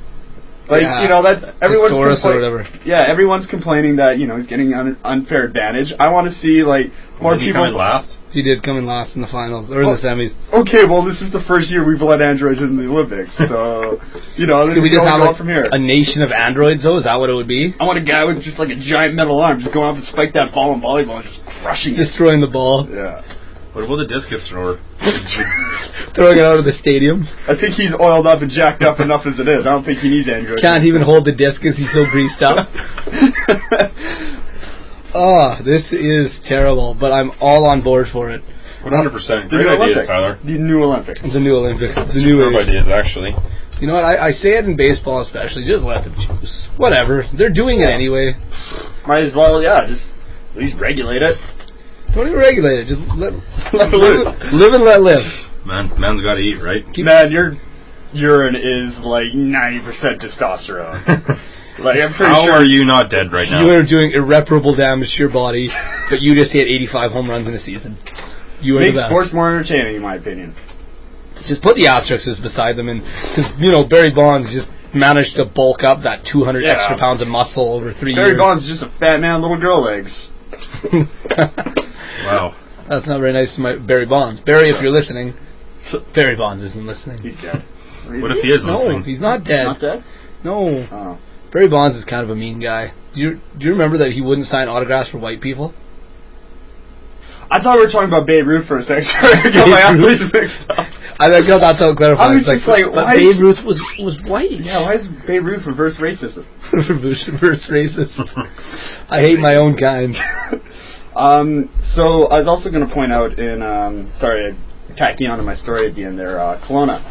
Speaker 1: Like
Speaker 2: Yeah.
Speaker 1: you know, that's everyone's
Speaker 2: Scorus or
Speaker 1: compla-
Speaker 2: whatever.
Speaker 1: Yeah, everyone's complaining that you know he's getting an unfair advantage. I want to see like more
Speaker 3: Did he come in
Speaker 1: people.
Speaker 3: last.
Speaker 2: He did come in last in the finals or
Speaker 1: Well,
Speaker 2: the semis.
Speaker 1: Okay, well this is the first year we've let androids in the Olympics, so you know then
Speaker 2: Could we just
Speaker 1: go-
Speaker 2: have
Speaker 1: go
Speaker 2: like,
Speaker 1: from here.
Speaker 2: a nation of androids? Though is that what it would be?
Speaker 1: I want a guy with just like a giant metal arm, just going off and spike that ball in volleyball and just crushing it.
Speaker 2: Destroying the ball,
Speaker 1: Yeah,
Speaker 3: What about the discus thrower?
Speaker 2: throwing it out of the stadium.
Speaker 1: I think he's oiled up and jacked up enough as it is. I don't think he needs androids.
Speaker 2: Can't even hold the disc because he's so greased up. oh, this is terrible, but I'm all on board for it.
Speaker 1: the
Speaker 3: 100%. Great
Speaker 1: new
Speaker 3: ideas,
Speaker 1: Olympics.
Speaker 3: Tyler.
Speaker 1: The new Olympics.
Speaker 2: The new Olympics, the new
Speaker 3: Superb
Speaker 2: age.
Speaker 3: ideas, actually.
Speaker 2: You know what? I, I say it in baseball especially. Just let them choose. Whatever. They're doing it anyway.
Speaker 1: Might as well, yeah. Just at least regulate it.
Speaker 2: Don't even regulate it. Just let,
Speaker 1: Let it
Speaker 2: live,
Speaker 1: loose.
Speaker 2: live and let live.
Speaker 3: Man, man's got to eat, right?
Speaker 1: Man, your urine is like ninety percent testosterone. like I'm pretty
Speaker 3: How
Speaker 1: sure.
Speaker 3: are you not dead right now?
Speaker 2: You are doing irreparable damage to your body, but you just hit 85 home runs in a season. You are
Speaker 1: Make
Speaker 2: the best.
Speaker 1: sports more entertaining, in my opinion.
Speaker 2: Just put the asterisks beside them, and because you know Barry Bonds just managed to bulk up that 200
Speaker 1: Yeah.
Speaker 2: extra pounds of muscle over three
Speaker 1: Barry
Speaker 2: years.
Speaker 1: Bonds is just a fat man, little girl legs.
Speaker 3: Wow.
Speaker 2: That's not very nice to my Barry Bonds. Barry, if you're listening, Barry Bonds isn't listening.
Speaker 1: He's dead.
Speaker 3: What if he is
Speaker 2: No,
Speaker 3: listening?
Speaker 2: he's not dead.
Speaker 1: Not dead.
Speaker 2: No,
Speaker 1: Oh.
Speaker 2: Barry Bonds is kind of a mean guy. Do you do you remember that he wouldn't sign autographs for white people?
Speaker 1: I thought we were talking about Babe Ruth for a second. I got my
Speaker 2: Babe
Speaker 1: eyes
Speaker 2: Ruth.
Speaker 1: mixed up.
Speaker 2: I mean, no, that's how it clarifies.
Speaker 1: I was
Speaker 2: like,
Speaker 1: just like,
Speaker 2: but
Speaker 1: why
Speaker 2: Babe
Speaker 1: is-
Speaker 2: Ruth was was white.
Speaker 1: Yeah, why is Babe Ruth reverse racist?
Speaker 2: reverse, reverse racist. I hate my own kind.
Speaker 1: Um, so I was also going to point out in um, sorry, tacking onto my story at the end there, uh, Kelowna.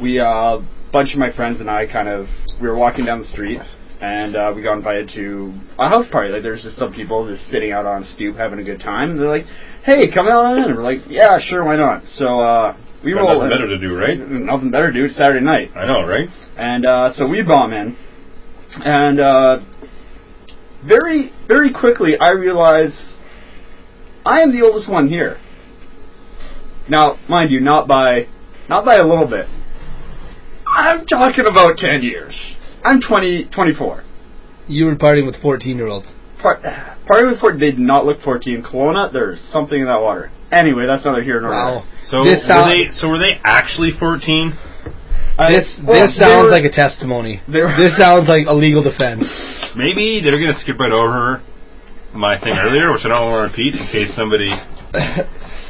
Speaker 1: We uh, a bunch of my friends and I kind of we were walking down the street and uh, we got invited to a house party. Like there's just some people just sitting out on a stoop having a good time. And they're like, "Hey, come on in." And we're like, "Yeah, sure, why not?" So uh, we
Speaker 3: Got
Speaker 1: roll
Speaker 3: nothing
Speaker 1: in.
Speaker 3: better to do, right?
Speaker 1: Nothing better, dude. Saturday night.
Speaker 3: I know, right?
Speaker 1: And uh, so we bomb in, and uh, very very quickly I realize I am the oldest one here. Now, mind you, not by not by a little bit. I'm talking about ten years. I'm 20, 24.
Speaker 2: You were partying with 14 year olds.
Speaker 1: Part, part of it, they did not look 14. Kelowna, there's something in that water. Anyway, that's neither here nor
Speaker 2: Wow.
Speaker 3: So
Speaker 2: This
Speaker 3: were
Speaker 2: sound-
Speaker 3: they? So were they actually 14?
Speaker 1: there. I-
Speaker 2: This
Speaker 1: well,
Speaker 2: this
Speaker 1: they
Speaker 2: sounds
Speaker 1: were-
Speaker 2: like a testimony.
Speaker 1: they were-
Speaker 2: This sounds like a legal defense.
Speaker 3: Maybe they're gonna skip right over my thing earlier, which I don't want to repeat in case somebody.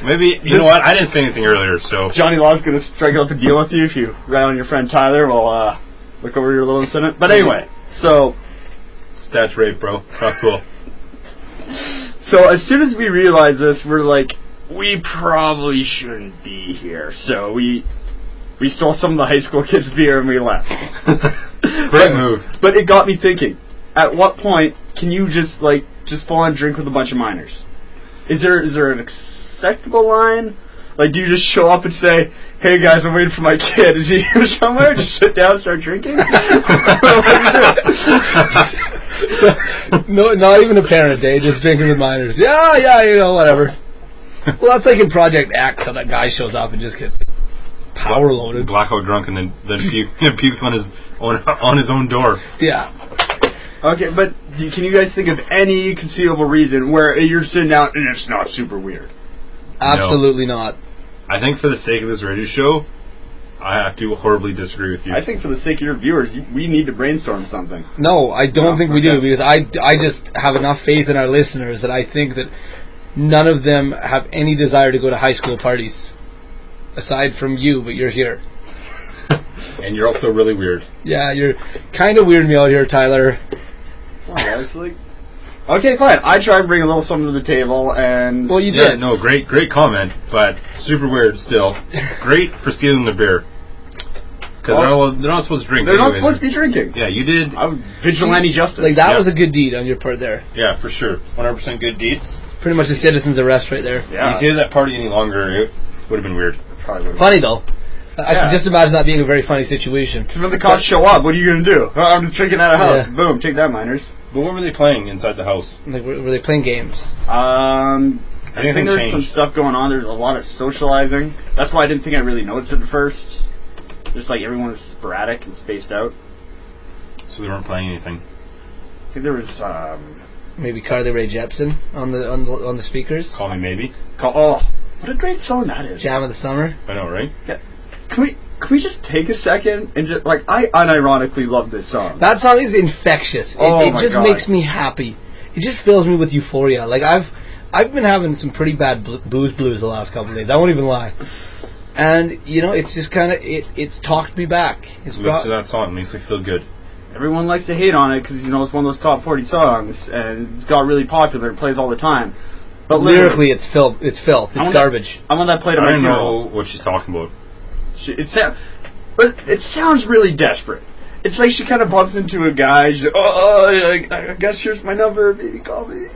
Speaker 3: Maybe you know what? I didn't say anything earlier, so
Speaker 1: Johnny Law's going to strike up a deal with you if you rat on your friend Tyler. We'll uh, look over your little incident. But anyway, so
Speaker 3: stats rape, bro. Not cool.
Speaker 1: so as soon as we realize this, we're like, we probably shouldn't be here. So we we stole some of the high school kids' beer and we left.
Speaker 3: Great
Speaker 1: But-
Speaker 3: move.
Speaker 1: But it got me thinking. At what point can you just like just fall and drink with a bunch of minors? Is there is there an acceptable line? Like, do you just show up and say, "Hey guys, I'm waiting for my kid. Is he here somewhere?" Just sit down, and start drinking.
Speaker 2: no, not even a parent day, just drinking with minors. Yeah, yeah, you know, whatever. Well, that's like in Project X, how that guy shows up and just gets power loaded.
Speaker 3: Blackout drunk and then then puke, then pukes on his on on his own door.
Speaker 2: Yeah,
Speaker 1: okay, but do, can you guys think of any conceivable reason where you're sitting down and it's not super weird?
Speaker 2: absolutely not.
Speaker 3: I think for the sake of this radio show, I have to horribly disagree with you.
Speaker 1: I think for the sake of your viewers, you, we need to brainstorm something.
Speaker 2: No, I
Speaker 1: No,
Speaker 2: don't think we do
Speaker 1: okay.
Speaker 2: because I, I just have enough faith in our listeners that I think that none of them have any desire to go to high school parties aside from you, but you're here.
Speaker 3: and you're also really weird.
Speaker 2: Yeah, you're kind of weirding me out here, Tyler.
Speaker 1: Come on, guys, like- Okay, fine. I try and bring a little something to the table, and
Speaker 2: Well, you did.
Speaker 3: Yeah, no, great, great comment, but super weird still. Great for stealing the beer because they're, not supposed to drink.
Speaker 1: they're not supposed
Speaker 3: anyways.
Speaker 1: to be drinking.
Speaker 3: Yeah, you did.
Speaker 1: I would vigilante justice.
Speaker 2: Like that
Speaker 3: Yeah.
Speaker 2: was a good deed on your part there.
Speaker 3: Yeah, for sure. 100% good deeds.
Speaker 2: Pretty much a citizen's arrest right there.
Speaker 1: Yeah.
Speaker 3: If you did that party any longer, it would have been weird.
Speaker 1: Probably would've-
Speaker 2: Funny though. I I
Speaker 1: Yeah.
Speaker 2: can just imagine that being a very funny situation.
Speaker 1: So when the cops show up, what are you gonna do? Oh, I'm just drinking out of house.
Speaker 2: Yeah.
Speaker 1: Boom, take that, minors.
Speaker 3: But what were they playing inside the house?
Speaker 2: Like, were, were they playing games?
Speaker 1: Um, I
Speaker 3: Anything
Speaker 1: think there's some
Speaker 3: changed?
Speaker 1: stuff going on. There's a lot of socializing. That's why I didn't think I really noticed it at first. Just like everyone was sporadic and spaced out.
Speaker 3: so they weren't playing anything.
Speaker 1: I think there was um,
Speaker 2: Maybe Carly Rae Jepsen on the on the, on the speakers.
Speaker 3: Call me maybe.
Speaker 1: call, oh, what a great song that is.
Speaker 2: Jam of the summer.
Speaker 3: I know, right?
Speaker 1: Can we can we just take a second and just like I unironically love this song.
Speaker 2: That song is infectious. It,
Speaker 1: Oh
Speaker 2: it
Speaker 1: my
Speaker 2: just
Speaker 1: God.
Speaker 2: makes me happy. It just fills me with euphoria. Like I've I've been having some pretty bad bl- booze blues the last couple of days. I won't even lie. And you know, it's just kind of it. It's talked me back. It's
Speaker 3: Listen
Speaker 2: brought,
Speaker 3: to that song. It makes me feel good.
Speaker 1: Everyone likes to hate on it because you know it's one of those top forty songs and it's got really popular and plays all the time. But literally,
Speaker 2: lyrically, it's filth. It's filth.
Speaker 1: I
Speaker 2: It's
Speaker 1: wanna-
Speaker 2: garbage.
Speaker 1: I want that played at
Speaker 3: I
Speaker 1: my
Speaker 3: don't
Speaker 1: funeral.
Speaker 3: know what she's talking about.
Speaker 1: She, it sounds, but it sounds really desperate. It's like she kind of bumps into a guy. She's like, oh, oh, I, I guess here's my number. Baby, call me.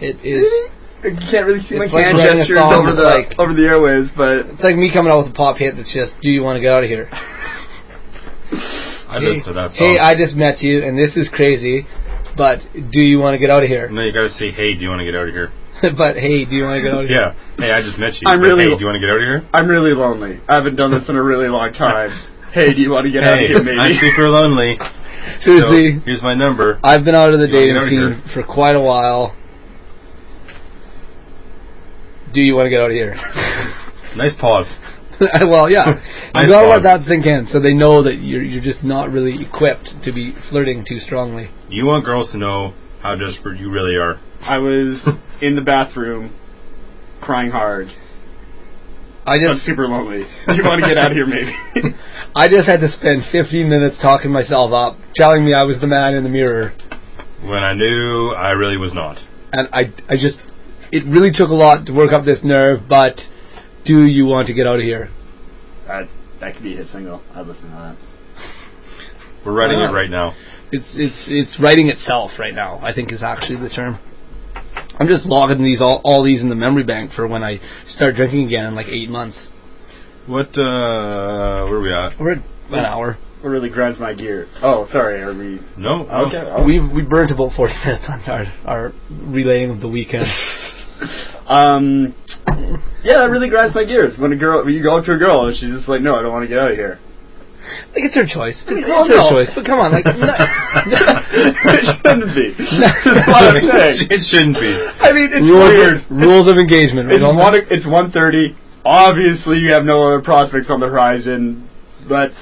Speaker 2: It is.
Speaker 1: You can't really see my
Speaker 2: It's like
Speaker 1: hand
Speaker 2: writing a
Speaker 1: gestures
Speaker 2: song
Speaker 1: over the
Speaker 2: that's like-
Speaker 1: over the airwaves, but
Speaker 2: It's like me coming out with a pop hit that's just, "Do you want to get out of here?"
Speaker 3: I
Speaker 2: hey,
Speaker 3: listened to that song.
Speaker 2: hey, I just met you, and this is crazy, but do you want to get out of here?
Speaker 3: and then you gotta say, hey, do you wanna get out of here?
Speaker 2: but hey, do you want to get out of here?
Speaker 3: Yeah. Hey, I just met you.
Speaker 1: I'm
Speaker 3: But,
Speaker 1: really-
Speaker 3: Hey, do you wanna get out of here?
Speaker 1: I'm really lonely. I haven't done this in a really long time. hey, do you want to get out of
Speaker 3: hey,
Speaker 1: here, maybe?
Speaker 3: I'm super lonely. So,
Speaker 2: Seriously,
Speaker 3: here's my number.
Speaker 2: I've been out of the
Speaker 3: You wanna
Speaker 2: dating scene
Speaker 3: get out of
Speaker 2: for quite a while. Do you want to get out of here?
Speaker 3: Nice pause.
Speaker 2: well, yeah.
Speaker 3: Nice
Speaker 2: you gotta let
Speaker 3: pause.
Speaker 2: that sink in, so they know that you're you're just not really equipped to be flirting too strongly.
Speaker 3: You want girls to know how desperate you really are.
Speaker 1: I was in the bathroom, crying hard.
Speaker 2: I
Speaker 1: I'm
Speaker 2: just
Speaker 1: super lonely. Do you want to get out of here, maybe?
Speaker 2: I just had to spend 15 minutes talking myself up, telling me I was the man in the mirror,
Speaker 3: When I knew I really was not.
Speaker 2: and I I just it really took a lot to work up this nerve, but do you want to get out of here?
Speaker 1: that, that could be a hit single. I'd listen to
Speaker 3: We're writing
Speaker 2: Ah.
Speaker 3: it right now.
Speaker 2: It's it's it's writing itself right now. I think is actually the term. I'm just logging these all all these in the memory bank for when I start drinking again in like eight months.
Speaker 3: What, uh, where are we at?
Speaker 2: We're at an hour.
Speaker 1: that. It really grinds my gear. Oh, sorry. Are we
Speaker 3: No? no.
Speaker 1: okay? oh.
Speaker 2: We we burnt about 40 minutes on our our relating of the weekend.
Speaker 1: Um, yeah, that really grinds my gears. When a girl, when you go up to a girl and she's just like, "No, I don't want to get out of here."
Speaker 2: like it's her choice. It's,
Speaker 1: Well,
Speaker 2: it's her
Speaker 1: no.
Speaker 2: choice. But come on, like.
Speaker 1: it shouldn't be. That's what I'm saying.
Speaker 3: it shouldn't be.
Speaker 1: I mean, it's
Speaker 2: Rules,
Speaker 1: weird.
Speaker 2: rules of engagement. we
Speaker 1: It's
Speaker 2: don't-
Speaker 1: one. It's one thirty. Obviously, you have no other prospects on the horizon. That's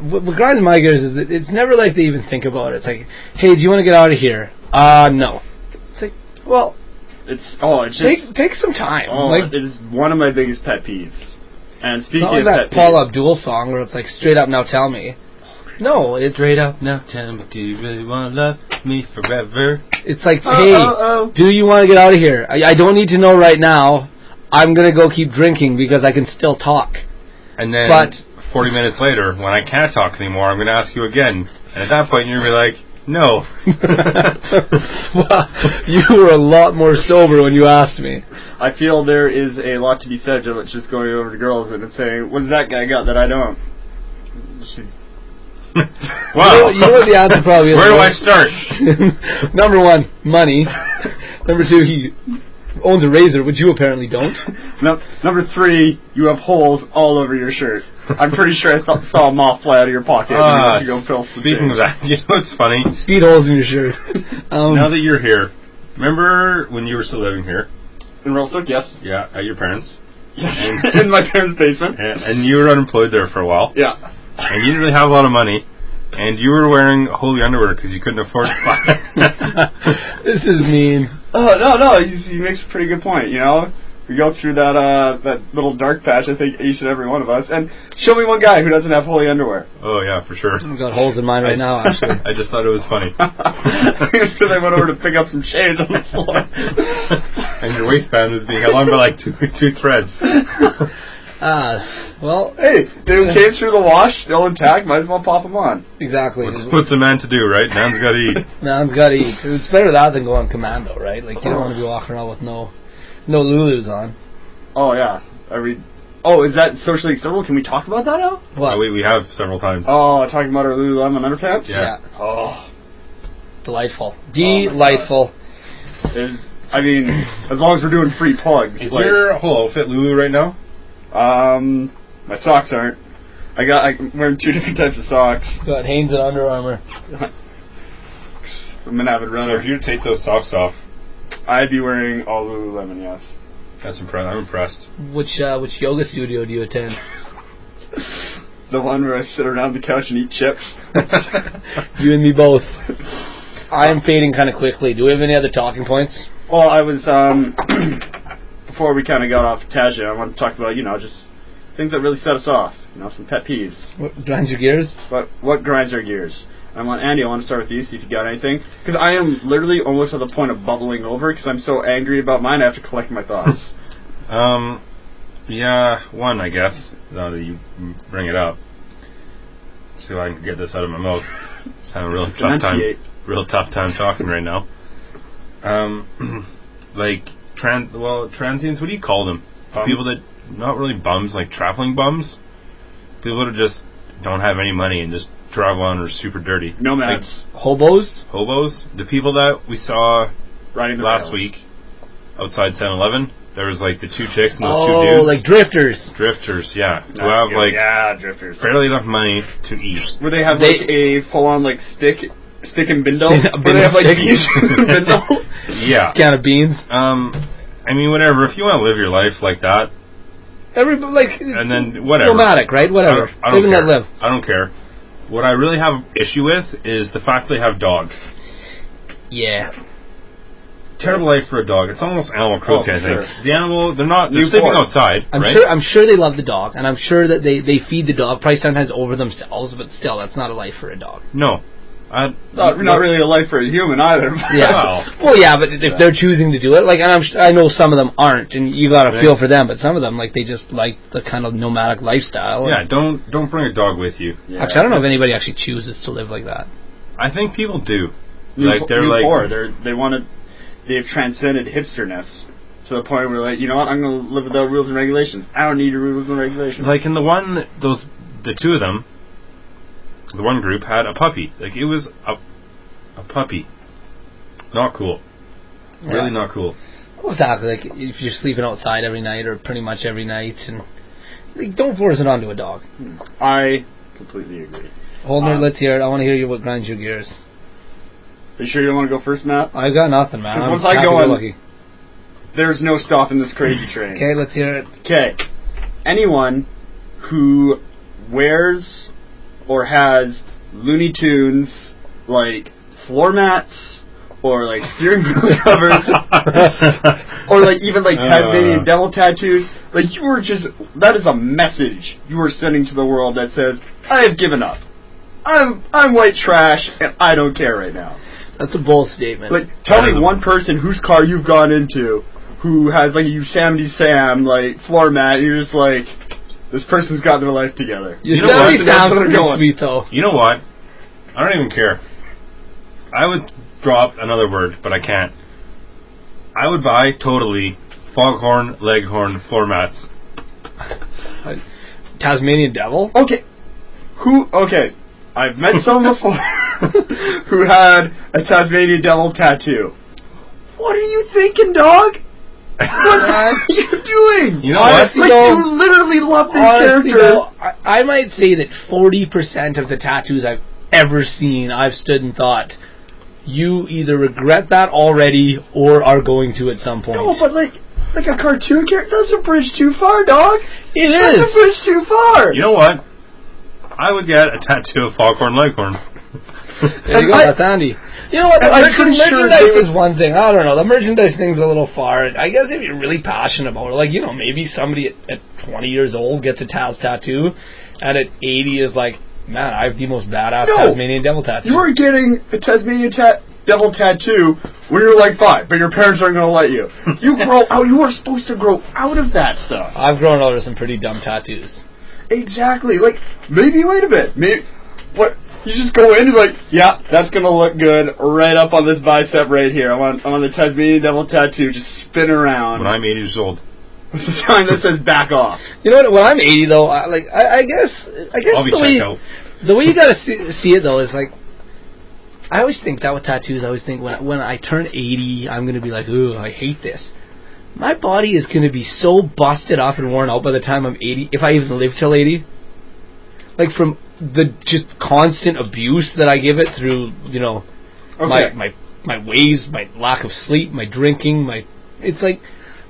Speaker 2: what, what grinds my gears is that it's never like they even think about it. It's like, hey, do you want to get out of here? Uh, no. It's like, well,
Speaker 1: it's oh, it's
Speaker 2: take
Speaker 1: just
Speaker 2: take some time.
Speaker 1: oh,
Speaker 2: like,
Speaker 1: it is one of my biggest pet peeves. And
Speaker 2: It's
Speaker 1: speaking
Speaker 2: not
Speaker 1: of
Speaker 2: like that
Speaker 1: pet
Speaker 2: Paul
Speaker 1: peeves,
Speaker 2: Abdul song where it's like straight up now tell me. No, it's
Speaker 3: Straight up now, tell me, do you really want to love me forever?
Speaker 2: it's like
Speaker 1: oh,
Speaker 2: hey,
Speaker 1: oh, oh.
Speaker 2: do you want to get out of here? I, I don't need to know right now. I'm gonna go keep drinking because I can still talk.
Speaker 3: And then
Speaker 2: But-
Speaker 3: 40 minutes later, when I can't talk anymore, I'm going to ask you again. And at that point, you're going to be like, no.
Speaker 2: well, you were a lot more sober when you asked me.
Speaker 1: I feel there is a lot to be said about just going over to girls and saying, "What's that guy got that I don't?" She,
Speaker 3: wow.
Speaker 2: You know- you know what the answer probably is,
Speaker 3: Where do I
Speaker 2: right?
Speaker 3: start?
Speaker 2: Number one, money. Number two, he owns a razor, which you apparently don't.
Speaker 1: Num- number three, you have holes all over your shirt. I'm pretty sure I saw, saw a moth fly out of your pocket. when you
Speaker 3: Ah,
Speaker 1: went to go fill some
Speaker 3: speaking
Speaker 1: things.
Speaker 3: of that, you know what's funny?
Speaker 2: Speed holes in your shirt. Um,
Speaker 3: Now that you're here, remember when you were still living here?
Speaker 1: in Rostock, yes,
Speaker 3: Yeah, at your parents.
Speaker 1: in my parents' basement.
Speaker 3: Mm. And, and you were unemployed there for a while.
Speaker 1: Yeah,
Speaker 3: And you didn't really have a lot of money. And you were wearing holy underwear because you couldn't afford to buy
Speaker 2: this is mean.
Speaker 1: Oh no, no, he, he makes a pretty good point. You know, we go through that uh, that little dark patch. I think each and every one of us. And show me one guy who doesn't have holy underwear.
Speaker 3: Oh, yeah, for sure.
Speaker 2: I've got holes in mine right now, actually.
Speaker 3: I just thought it was funny.
Speaker 1: Because I went over to pick up some change on the floor.
Speaker 3: and your waistband was being held on by like two two threads.
Speaker 2: Ah, well,
Speaker 1: hey, they came through the wash, still intact. Might as well pop them on.
Speaker 2: exactly.
Speaker 3: What's, what's a man to do, right? Man's got to eat.
Speaker 2: Man's got to eat. It's better that than going commando, right? Like you don't want to be walking around with no, no Lulus on.
Speaker 1: Oh yeah. I mean, oh, is that socially acceptable? Can we talk about that now?
Speaker 2: What?
Speaker 3: Oh, we, we have several times.
Speaker 1: Oh, talking about our Lululemon underpants.
Speaker 3: yeah. Oh
Speaker 1: Oh, my
Speaker 2: Delightful.
Speaker 1: God.
Speaker 2: Delightful.
Speaker 1: it's, I mean, as long as we're doing free plugs.
Speaker 3: Is
Speaker 1: like-
Speaker 3: your whole outfit Lulu right now?
Speaker 1: Um, my socks aren't. I got. I'm wearing two different types of socks.
Speaker 2: Got Hanes and Under Armour.
Speaker 1: I'm an avid
Speaker 3: So
Speaker 1: runner.
Speaker 3: if you take those socks off,
Speaker 1: I'd be wearing all Lululemon. Yes.
Speaker 3: that's impressive. I'm impressed.
Speaker 2: Which uh, which yoga studio do you attend?
Speaker 1: The one where I sit around the couch and eat chips.
Speaker 2: You and me both. I am fading kind of quickly. Do we have any other talking points?
Speaker 1: Well, I was um before we kind of got off tangent. I want to talk about you know just things that really set us off. You know, some pet peeves.
Speaker 2: What grinds your gears?
Speaker 1: What what grinds our gears? I want Andy. I want to start with you. See if you got anything, because I am literally almost at the point of bubbling over because I'm so angry about mine. I have to collect my thoughts.
Speaker 3: Um, yeah, one, I guess. Now that you bring it up, see if I can get this out of my mouth. It's having a real tough time.
Speaker 1: Enunciate.
Speaker 3: Real tough time talking right now. Um, like trans. Well, transients. What do you call them?
Speaker 1: Bums.
Speaker 3: People that not really bums, like traveling bums. People that just don't have any money and just travel on are super dirty.
Speaker 1: Nomads
Speaker 2: Hobos?
Speaker 3: Like hobos. The people that we saw
Speaker 1: riding the
Speaker 3: last
Speaker 1: rails.
Speaker 3: week outside 7-Eleven. There was like the two chicks and those two
Speaker 2: Oh,
Speaker 3: dudes.
Speaker 2: like drifters.
Speaker 3: Drifters, yeah.
Speaker 1: That's
Speaker 3: Who have
Speaker 1: good.
Speaker 3: like
Speaker 1: yeah, drifters.
Speaker 3: barely enough money to eat.
Speaker 1: Where they have
Speaker 2: They-
Speaker 1: like a full on like stick stick and bindle.
Speaker 2: A
Speaker 1: Where they have like
Speaker 2: bindle stick.
Speaker 1: these bindle.
Speaker 3: Yeah.
Speaker 2: Can of beans.
Speaker 3: Um, I mean, whatever. If you want to live your life like that,
Speaker 2: Everybody like
Speaker 3: and then whatever.
Speaker 2: nomadic, right?
Speaker 3: I
Speaker 2: Whatever.
Speaker 3: don't, I don't
Speaker 2: live and
Speaker 3: care.
Speaker 2: let live.
Speaker 3: I don't care. What I really have issue with is the fact they have dogs.
Speaker 2: Yeah.
Speaker 3: Terrible life for a dog. It's almost animal cruelty.
Speaker 1: Oh,
Speaker 3: I think
Speaker 1: sure.
Speaker 3: the animal they're not they're
Speaker 1: Newport.
Speaker 3: sleeping outside,
Speaker 2: I'm
Speaker 3: right?
Speaker 2: sure I'm sure they love the dog and I'm sure that they, they feed the dog probably sometimes over themselves, but still that's not a life for a dog.
Speaker 3: No, I,
Speaker 1: Not, not really a life for a human either. but-
Speaker 2: Yeah.
Speaker 3: Well.
Speaker 2: Well, yeah, but if they're choosing to do it, like and I'm sh- I know some of them aren't and you got to
Speaker 3: Right.
Speaker 2: feel for them, but some of them like they just like the kind of nomadic lifestyle.
Speaker 3: Yeah, don't don't bring a dog with you.
Speaker 1: Yeah.
Speaker 2: Actually, I don't know if anybody actually chooses to live like that.
Speaker 3: I think people do.
Speaker 1: New-
Speaker 3: like they're
Speaker 1: new
Speaker 3: like
Speaker 1: poor. They're they want to. They've transcended hipsterness to the point where like you know what I'm going to live without rules and regulations. I don't need your rules and regulations.
Speaker 3: Like in the one, that- those the two of them, the one group had a puppy. Like it was a a puppy. Not cool.
Speaker 2: Yeah.
Speaker 3: Really not cool.
Speaker 2: Exactly. Like if you're sleeping outside every night or pretty much every night, and like, don't force it onto a dog.
Speaker 1: I completely agree.
Speaker 2: Holdner,
Speaker 3: Uh.
Speaker 1: Um,
Speaker 2: let's hear it. I want to hear you what grinds your gears.
Speaker 1: Are you sure you don't want to go first, Matt?
Speaker 2: I got nothing, man.
Speaker 1: 'Cause
Speaker 2: I'm
Speaker 1: once I
Speaker 2: happy
Speaker 1: go
Speaker 2: go
Speaker 1: in-
Speaker 2: lucky.
Speaker 1: There's no stopping this crazy train.
Speaker 2: Okay, let's hear it.
Speaker 1: Okay. Anyone who wears or has Looney Tunes like floor mats or like steering wheel covers or like even like Tasmanian
Speaker 3: Uh.
Speaker 1: devil tattoos, like you are just that is a message you are sending to the world that says, I have given up. I'm I'm white trash and I don't care right now.
Speaker 2: That's a bold statement.
Speaker 1: Like, tell
Speaker 3: That is
Speaker 1: me
Speaker 3: a-
Speaker 1: one person whose car you've gone into who has like a Yosemite Sam like floor mat. And you're just like, this person's got their life together.
Speaker 2: your
Speaker 3: you know what?
Speaker 2: Yosemite
Speaker 3: That's
Speaker 2: sounds
Speaker 1: where they're
Speaker 2: pretty
Speaker 1: going.
Speaker 2: sweet, though.
Speaker 3: you know what? I don't even care. I would drop another word, but I can't. I would buy totally foghorn, leghorn, floor mats.
Speaker 2: Tasmanian devil.
Speaker 1: Okay, who? Okay, I've met someone before who had a Tasmanian devil tattoo. What are you thinking, dog? What are you doing?
Speaker 3: You know
Speaker 2: Honestly,
Speaker 1: like
Speaker 2: though-
Speaker 1: you literally love this
Speaker 2: Honestly,
Speaker 1: character.
Speaker 2: though, I, I might say that forty percent of the tattoos I've ever seen, I've stood and thought, you either regret that already or are going to at some point.
Speaker 1: No, but like, like a cartoon character. That's a bridge too far, dog.
Speaker 2: it
Speaker 1: That's
Speaker 2: is.
Speaker 1: a bridge too far.
Speaker 3: You know what? I would get a tattoo of foghorn, leghorn.
Speaker 2: There you go.
Speaker 1: I-
Speaker 2: that's Andy. You know what? The
Speaker 1: I'm
Speaker 2: merchan-
Speaker 1: pretty sure
Speaker 2: merchandise
Speaker 1: they
Speaker 2: is one thing. I don't know. The merchandise thing's a little far. I guess if you're really passionate about it, like you know, maybe somebody at, at 20 years old gets a Taz tattoo, and at 80 is like, man, I have the most badass
Speaker 1: No.
Speaker 2: Tasmanian devil
Speaker 1: You
Speaker 2: tattoo.
Speaker 1: are getting a Tasmanian tat- devil tattoo when you're like five, but your parents aren't going to let you. You grow out. You are supposed to grow out of that stuff.
Speaker 2: I've grown out of some pretty dumb tattoos.
Speaker 1: Exactly. Like maybe wait a bit. Maybe what you just go in and like, yeah, that's going to look good right up on this bicep right here. I want I want the Tasmanian devil tattoo. Just spin around.
Speaker 3: when I'm eight years old,
Speaker 1: It's a sign that says back off.
Speaker 2: You know what? When I'm 80, though, I, like I, I guess, I guess
Speaker 3: I'll be
Speaker 2: the way
Speaker 3: checked out.
Speaker 2: the way you gotta see, see it though is like I always think that with tattoos. I always think when when I turn eighty, I'm gonna be like, ooh, I hate this. My body is gonna be so busted up and worn out by the time I'm eighty, if I even live till eighty. Like from the just constant abuse that I give it through, you know,
Speaker 1: Okay.
Speaker 2: my my my waves, my lack of sleep, my drinking, my it's like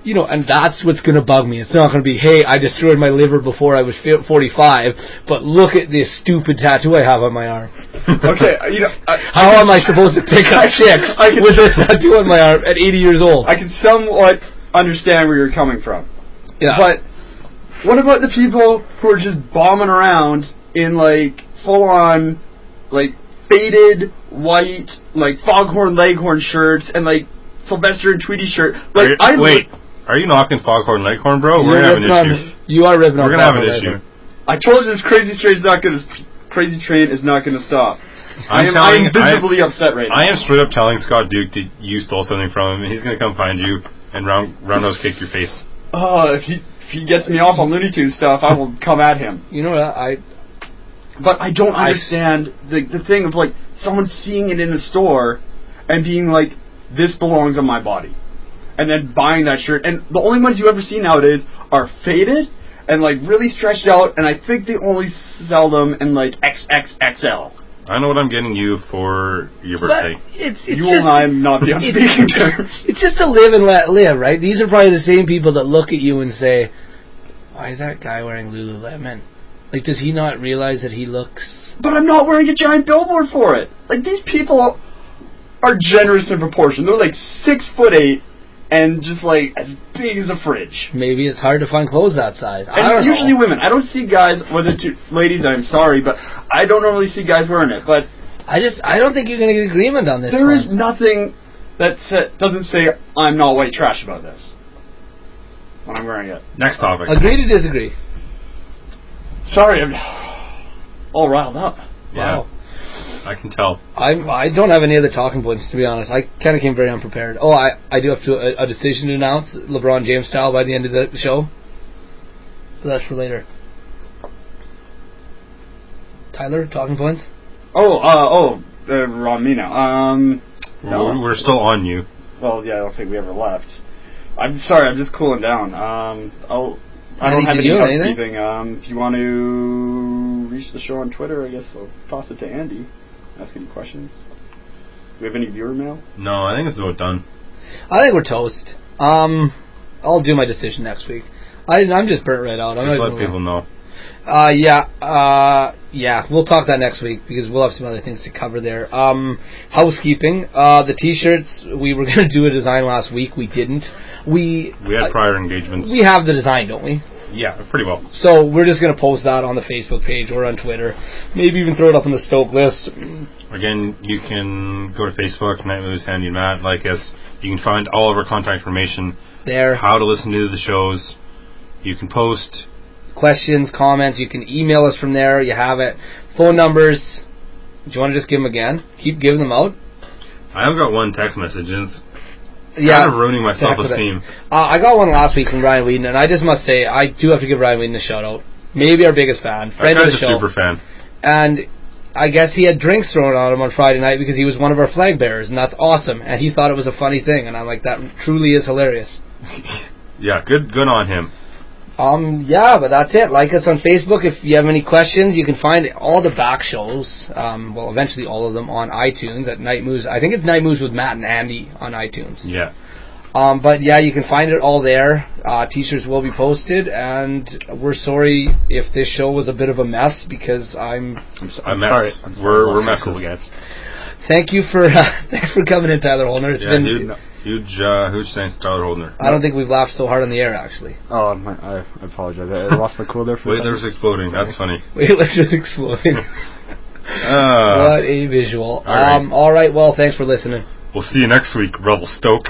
Speaker 2: you know, and that's what's going to bug me. It's not going to be, hey, I destroyed my liver before I was fi- 45, but look at this stupid tattoo I have on my arm.
Speaker 1: Okay, uh, you know, I,
Speaker 2: How am I supposed to pick up chicks
Speaker 1: I can-
Speaker 2: with a tattoo on my arm at 80 years old?
Speaker 1: I can somewhat understand where you're coming from.
Speaker 2: yeah.
Speaker 1: But what about the people who are just bombing around in like full on like faded white like foghorn leghorn shirts and like Sylvester and Tweety shirt? Like
Speaker 3: Wait,
Speaker 1: I
Speaker 3: wait, are you knocking Foghorn Leghorn, bro? We're
Speaker 2: You're
Speaker 3: gonna have an
Speaker 2: ripping
Speaker 3: issue.
Speaker 2: on- you are ripping on
Speaker 3: We're gonna have an
Speaker 2: Pablo
Speaker 3: issue.
Speaker 2: Leghorn.
Speaker 1: I told you this crazy train is not going to crazy train is not going to stop. I
Speaker 3: I'm
Speaker 1: am,
Speaker 3: telling,
Speaker 1: I am visibly upset right now.
Speaker 3: I am straight up telling Scott Duke that you stole something from him, and he's gonna come find you and round roundhouse kick your face.
Speaker 1: Oh, if he if he gets me off on Looney Tunes stuff, I will come at him.
Speaker 2: You know what? I
Speaker 1: But I don't
Speaker 2: I-
Speaker 1: understand the the thing of like someone seeing it in the store and being like, "This belongs on my body," and then buying that shirt. And the only ones you ever see nowadays are faded and like really stretched out. And I think they only sell them in like XXXL.
Speaker 3: I know what I'm getting you for your
Speaker 2: but
Speaker 3: birthday.
Speaker 2: it's, it's
Speaker 1: You
Speaker 2: just,
Speaker 1: and I am not be on
Speaker 2: it-
Speaker 1: speaking terms.
Speaker 2: It's just to live and let live, right? These are probably the same people that look at you and say, "Why is that guy wearing Lululemon? Like, does he not realize that he looks?"
Speaker 1: But I'm not wearing a giant billboard for it. Like these people are generous in proportion. They're like six foot eight and just like as big as a fridge.
Speaker 2: Maybe it's hard to find clothes that size. I
Speaker 1: And
Speaker 2: don't
Speaker 1: it's usually
Speaker 2: know.
Speaker 1: women. I don't see guys, whether to ladies, I'm sorry, but I don't normally see guys wearing it. But
Speaker 2: I just I don't think you're gonna get agreement on this.
Speaker 1: there
Speaker 2: one.
Speaker 1: is nothing that sa- doesn't say I'm not white trash about this when I'm wearing it.
Speaker 3: Next topic.
Speaker 2: agree to disagree.
Speaker 1: Sorry, I'm all riled up.
Speaker 3: Yeah,
Speaker 2: Wow.
Speaker 3: I can tell.
Speaker 2: I'm, I don't have any other talking points to be honest. I kind of came very unprepared. Oh, I, I do have to a, a decision to announce, LeBron James style, by the end of the show. But that's for later. Tyler, talking points.
Speaker 1: Oh, uh, oh, uh, we're on me now. Um, No.
Speaker 3: We're, we're still on you.
Speaker 1: well, yeah, I don't think we ever left. I'm sorry, I'm just cooling down. Um, I'll. I don't
Speaker 2: Manny,
Speaker 1: have
Speaker 2: did
Speaker 1: any
Speaker 2: you have anything?
Speaker 1: housekeeping. Um, if you want to reach the show on Twitter, I guess I'll toss it to Andy. Ask any questions. Do we have any viewer mail?
Speaker 3: No, I think it's about done.
Speaker 2: I think we're toast. Um, I'll do my decision next week. I, I'm just burnt right out. I'm
Speaker 3: Just
Speaker 2: not
Speaker 3: let
Speaker 2: even-
Speaker 3: people know.
Speaker 2: Uh, yeah, uh, yeah. We'll talk that next week because we'll have some other things to cover there. Um, housekeeping. Uh, the t-shirts. We were going to do a design last week. We didn't. We
Speaker 3: We had
Speaker 2: I-
Speaker 3: prior engagements.
Speaker 2: we have the design, don't we?
Speaker 3: yeah, pretty well.
Speaker 2: So we're just going to post that on the Facebook page or on Twitter. Maybe even throw it up on the Stoke list.
Speaker 3: Again, you can go to Facebook, Night Moves, Handy and Matt, like us. You can find all of our contact information,
Speaker 2: There.
Speaker 3: how to listen to the shows. You can post.
Speaker 2: Questions, comments. You can email us from there. You have it. Phone numbers. Do you want to just give them again? Keep giving them out.
Speaker 3: I have got one text message, and it's
Speaker 2: Yeah.
Speaker 3: kind of ruining my
Speaker 2: exactly
Speaker 3: self-esteem.
Speaker 2: Uh, I got one last week from Ryan Whedon, and I just must say, I do have to give Ryan Whedon a shout out. Maybe our biggest fan,
Speaker 3: That
Speaker 2: friend of
Speaker 3: guy's
Speaker 2: the
Speaker 3: a
Speaker 2: show,
Speaker 3: super fan.
Speaker 2: and I guess he had drinks thrown on him on Friday night because he was one of our flag bearers, and that's awesome. And he thought it was a funny thing, and I'm like, that truly is hilarious.
Speaker 3: Yeah, good, good on him.
Speaker 2: Um, yeah, but that's it. Like us on Facebook. If you have any questions, you can find all the back shows, um, well, eventually all of them on iTunes at Night Moves. I think it's Night Moves with Matt and Andy on iTunes.
Speaker 3: Yeah,
Speaker 2: Um, but yeah, you can find it all there. Uh, t-shirts will be posted, and we're sorry if this show was a bit of a mess because I'm.
Speaker 1: I'm, so,
Speaker 3: A mess. We're- we're messes.
Speaker 2: Thank you for thanks for coming in, Tyler Holner. It's
Speaker 3: yeah,
Speaker 2: been.
Speaker 3: huge, huge, uh, huge thanks to Tyler Holdner.
Speaker 2: I don't think we've laughed so hard on the air actually.
Speaker 1: Oh, my, I, I apologize. I lost my cool there for
Speaker 3: Wait,
Speaker 1: a second.
Speaker 3: there's exploding. That's funny.
Speaker 2: We were just exploding.
Speaker 3: Uh,
Speaker 2: what a visual.
Speaker 3: all right.
Speaker 2: Um, all right. Well, thanks for listening.
Speaker 3: we'll see you next week, Rebel Stoke.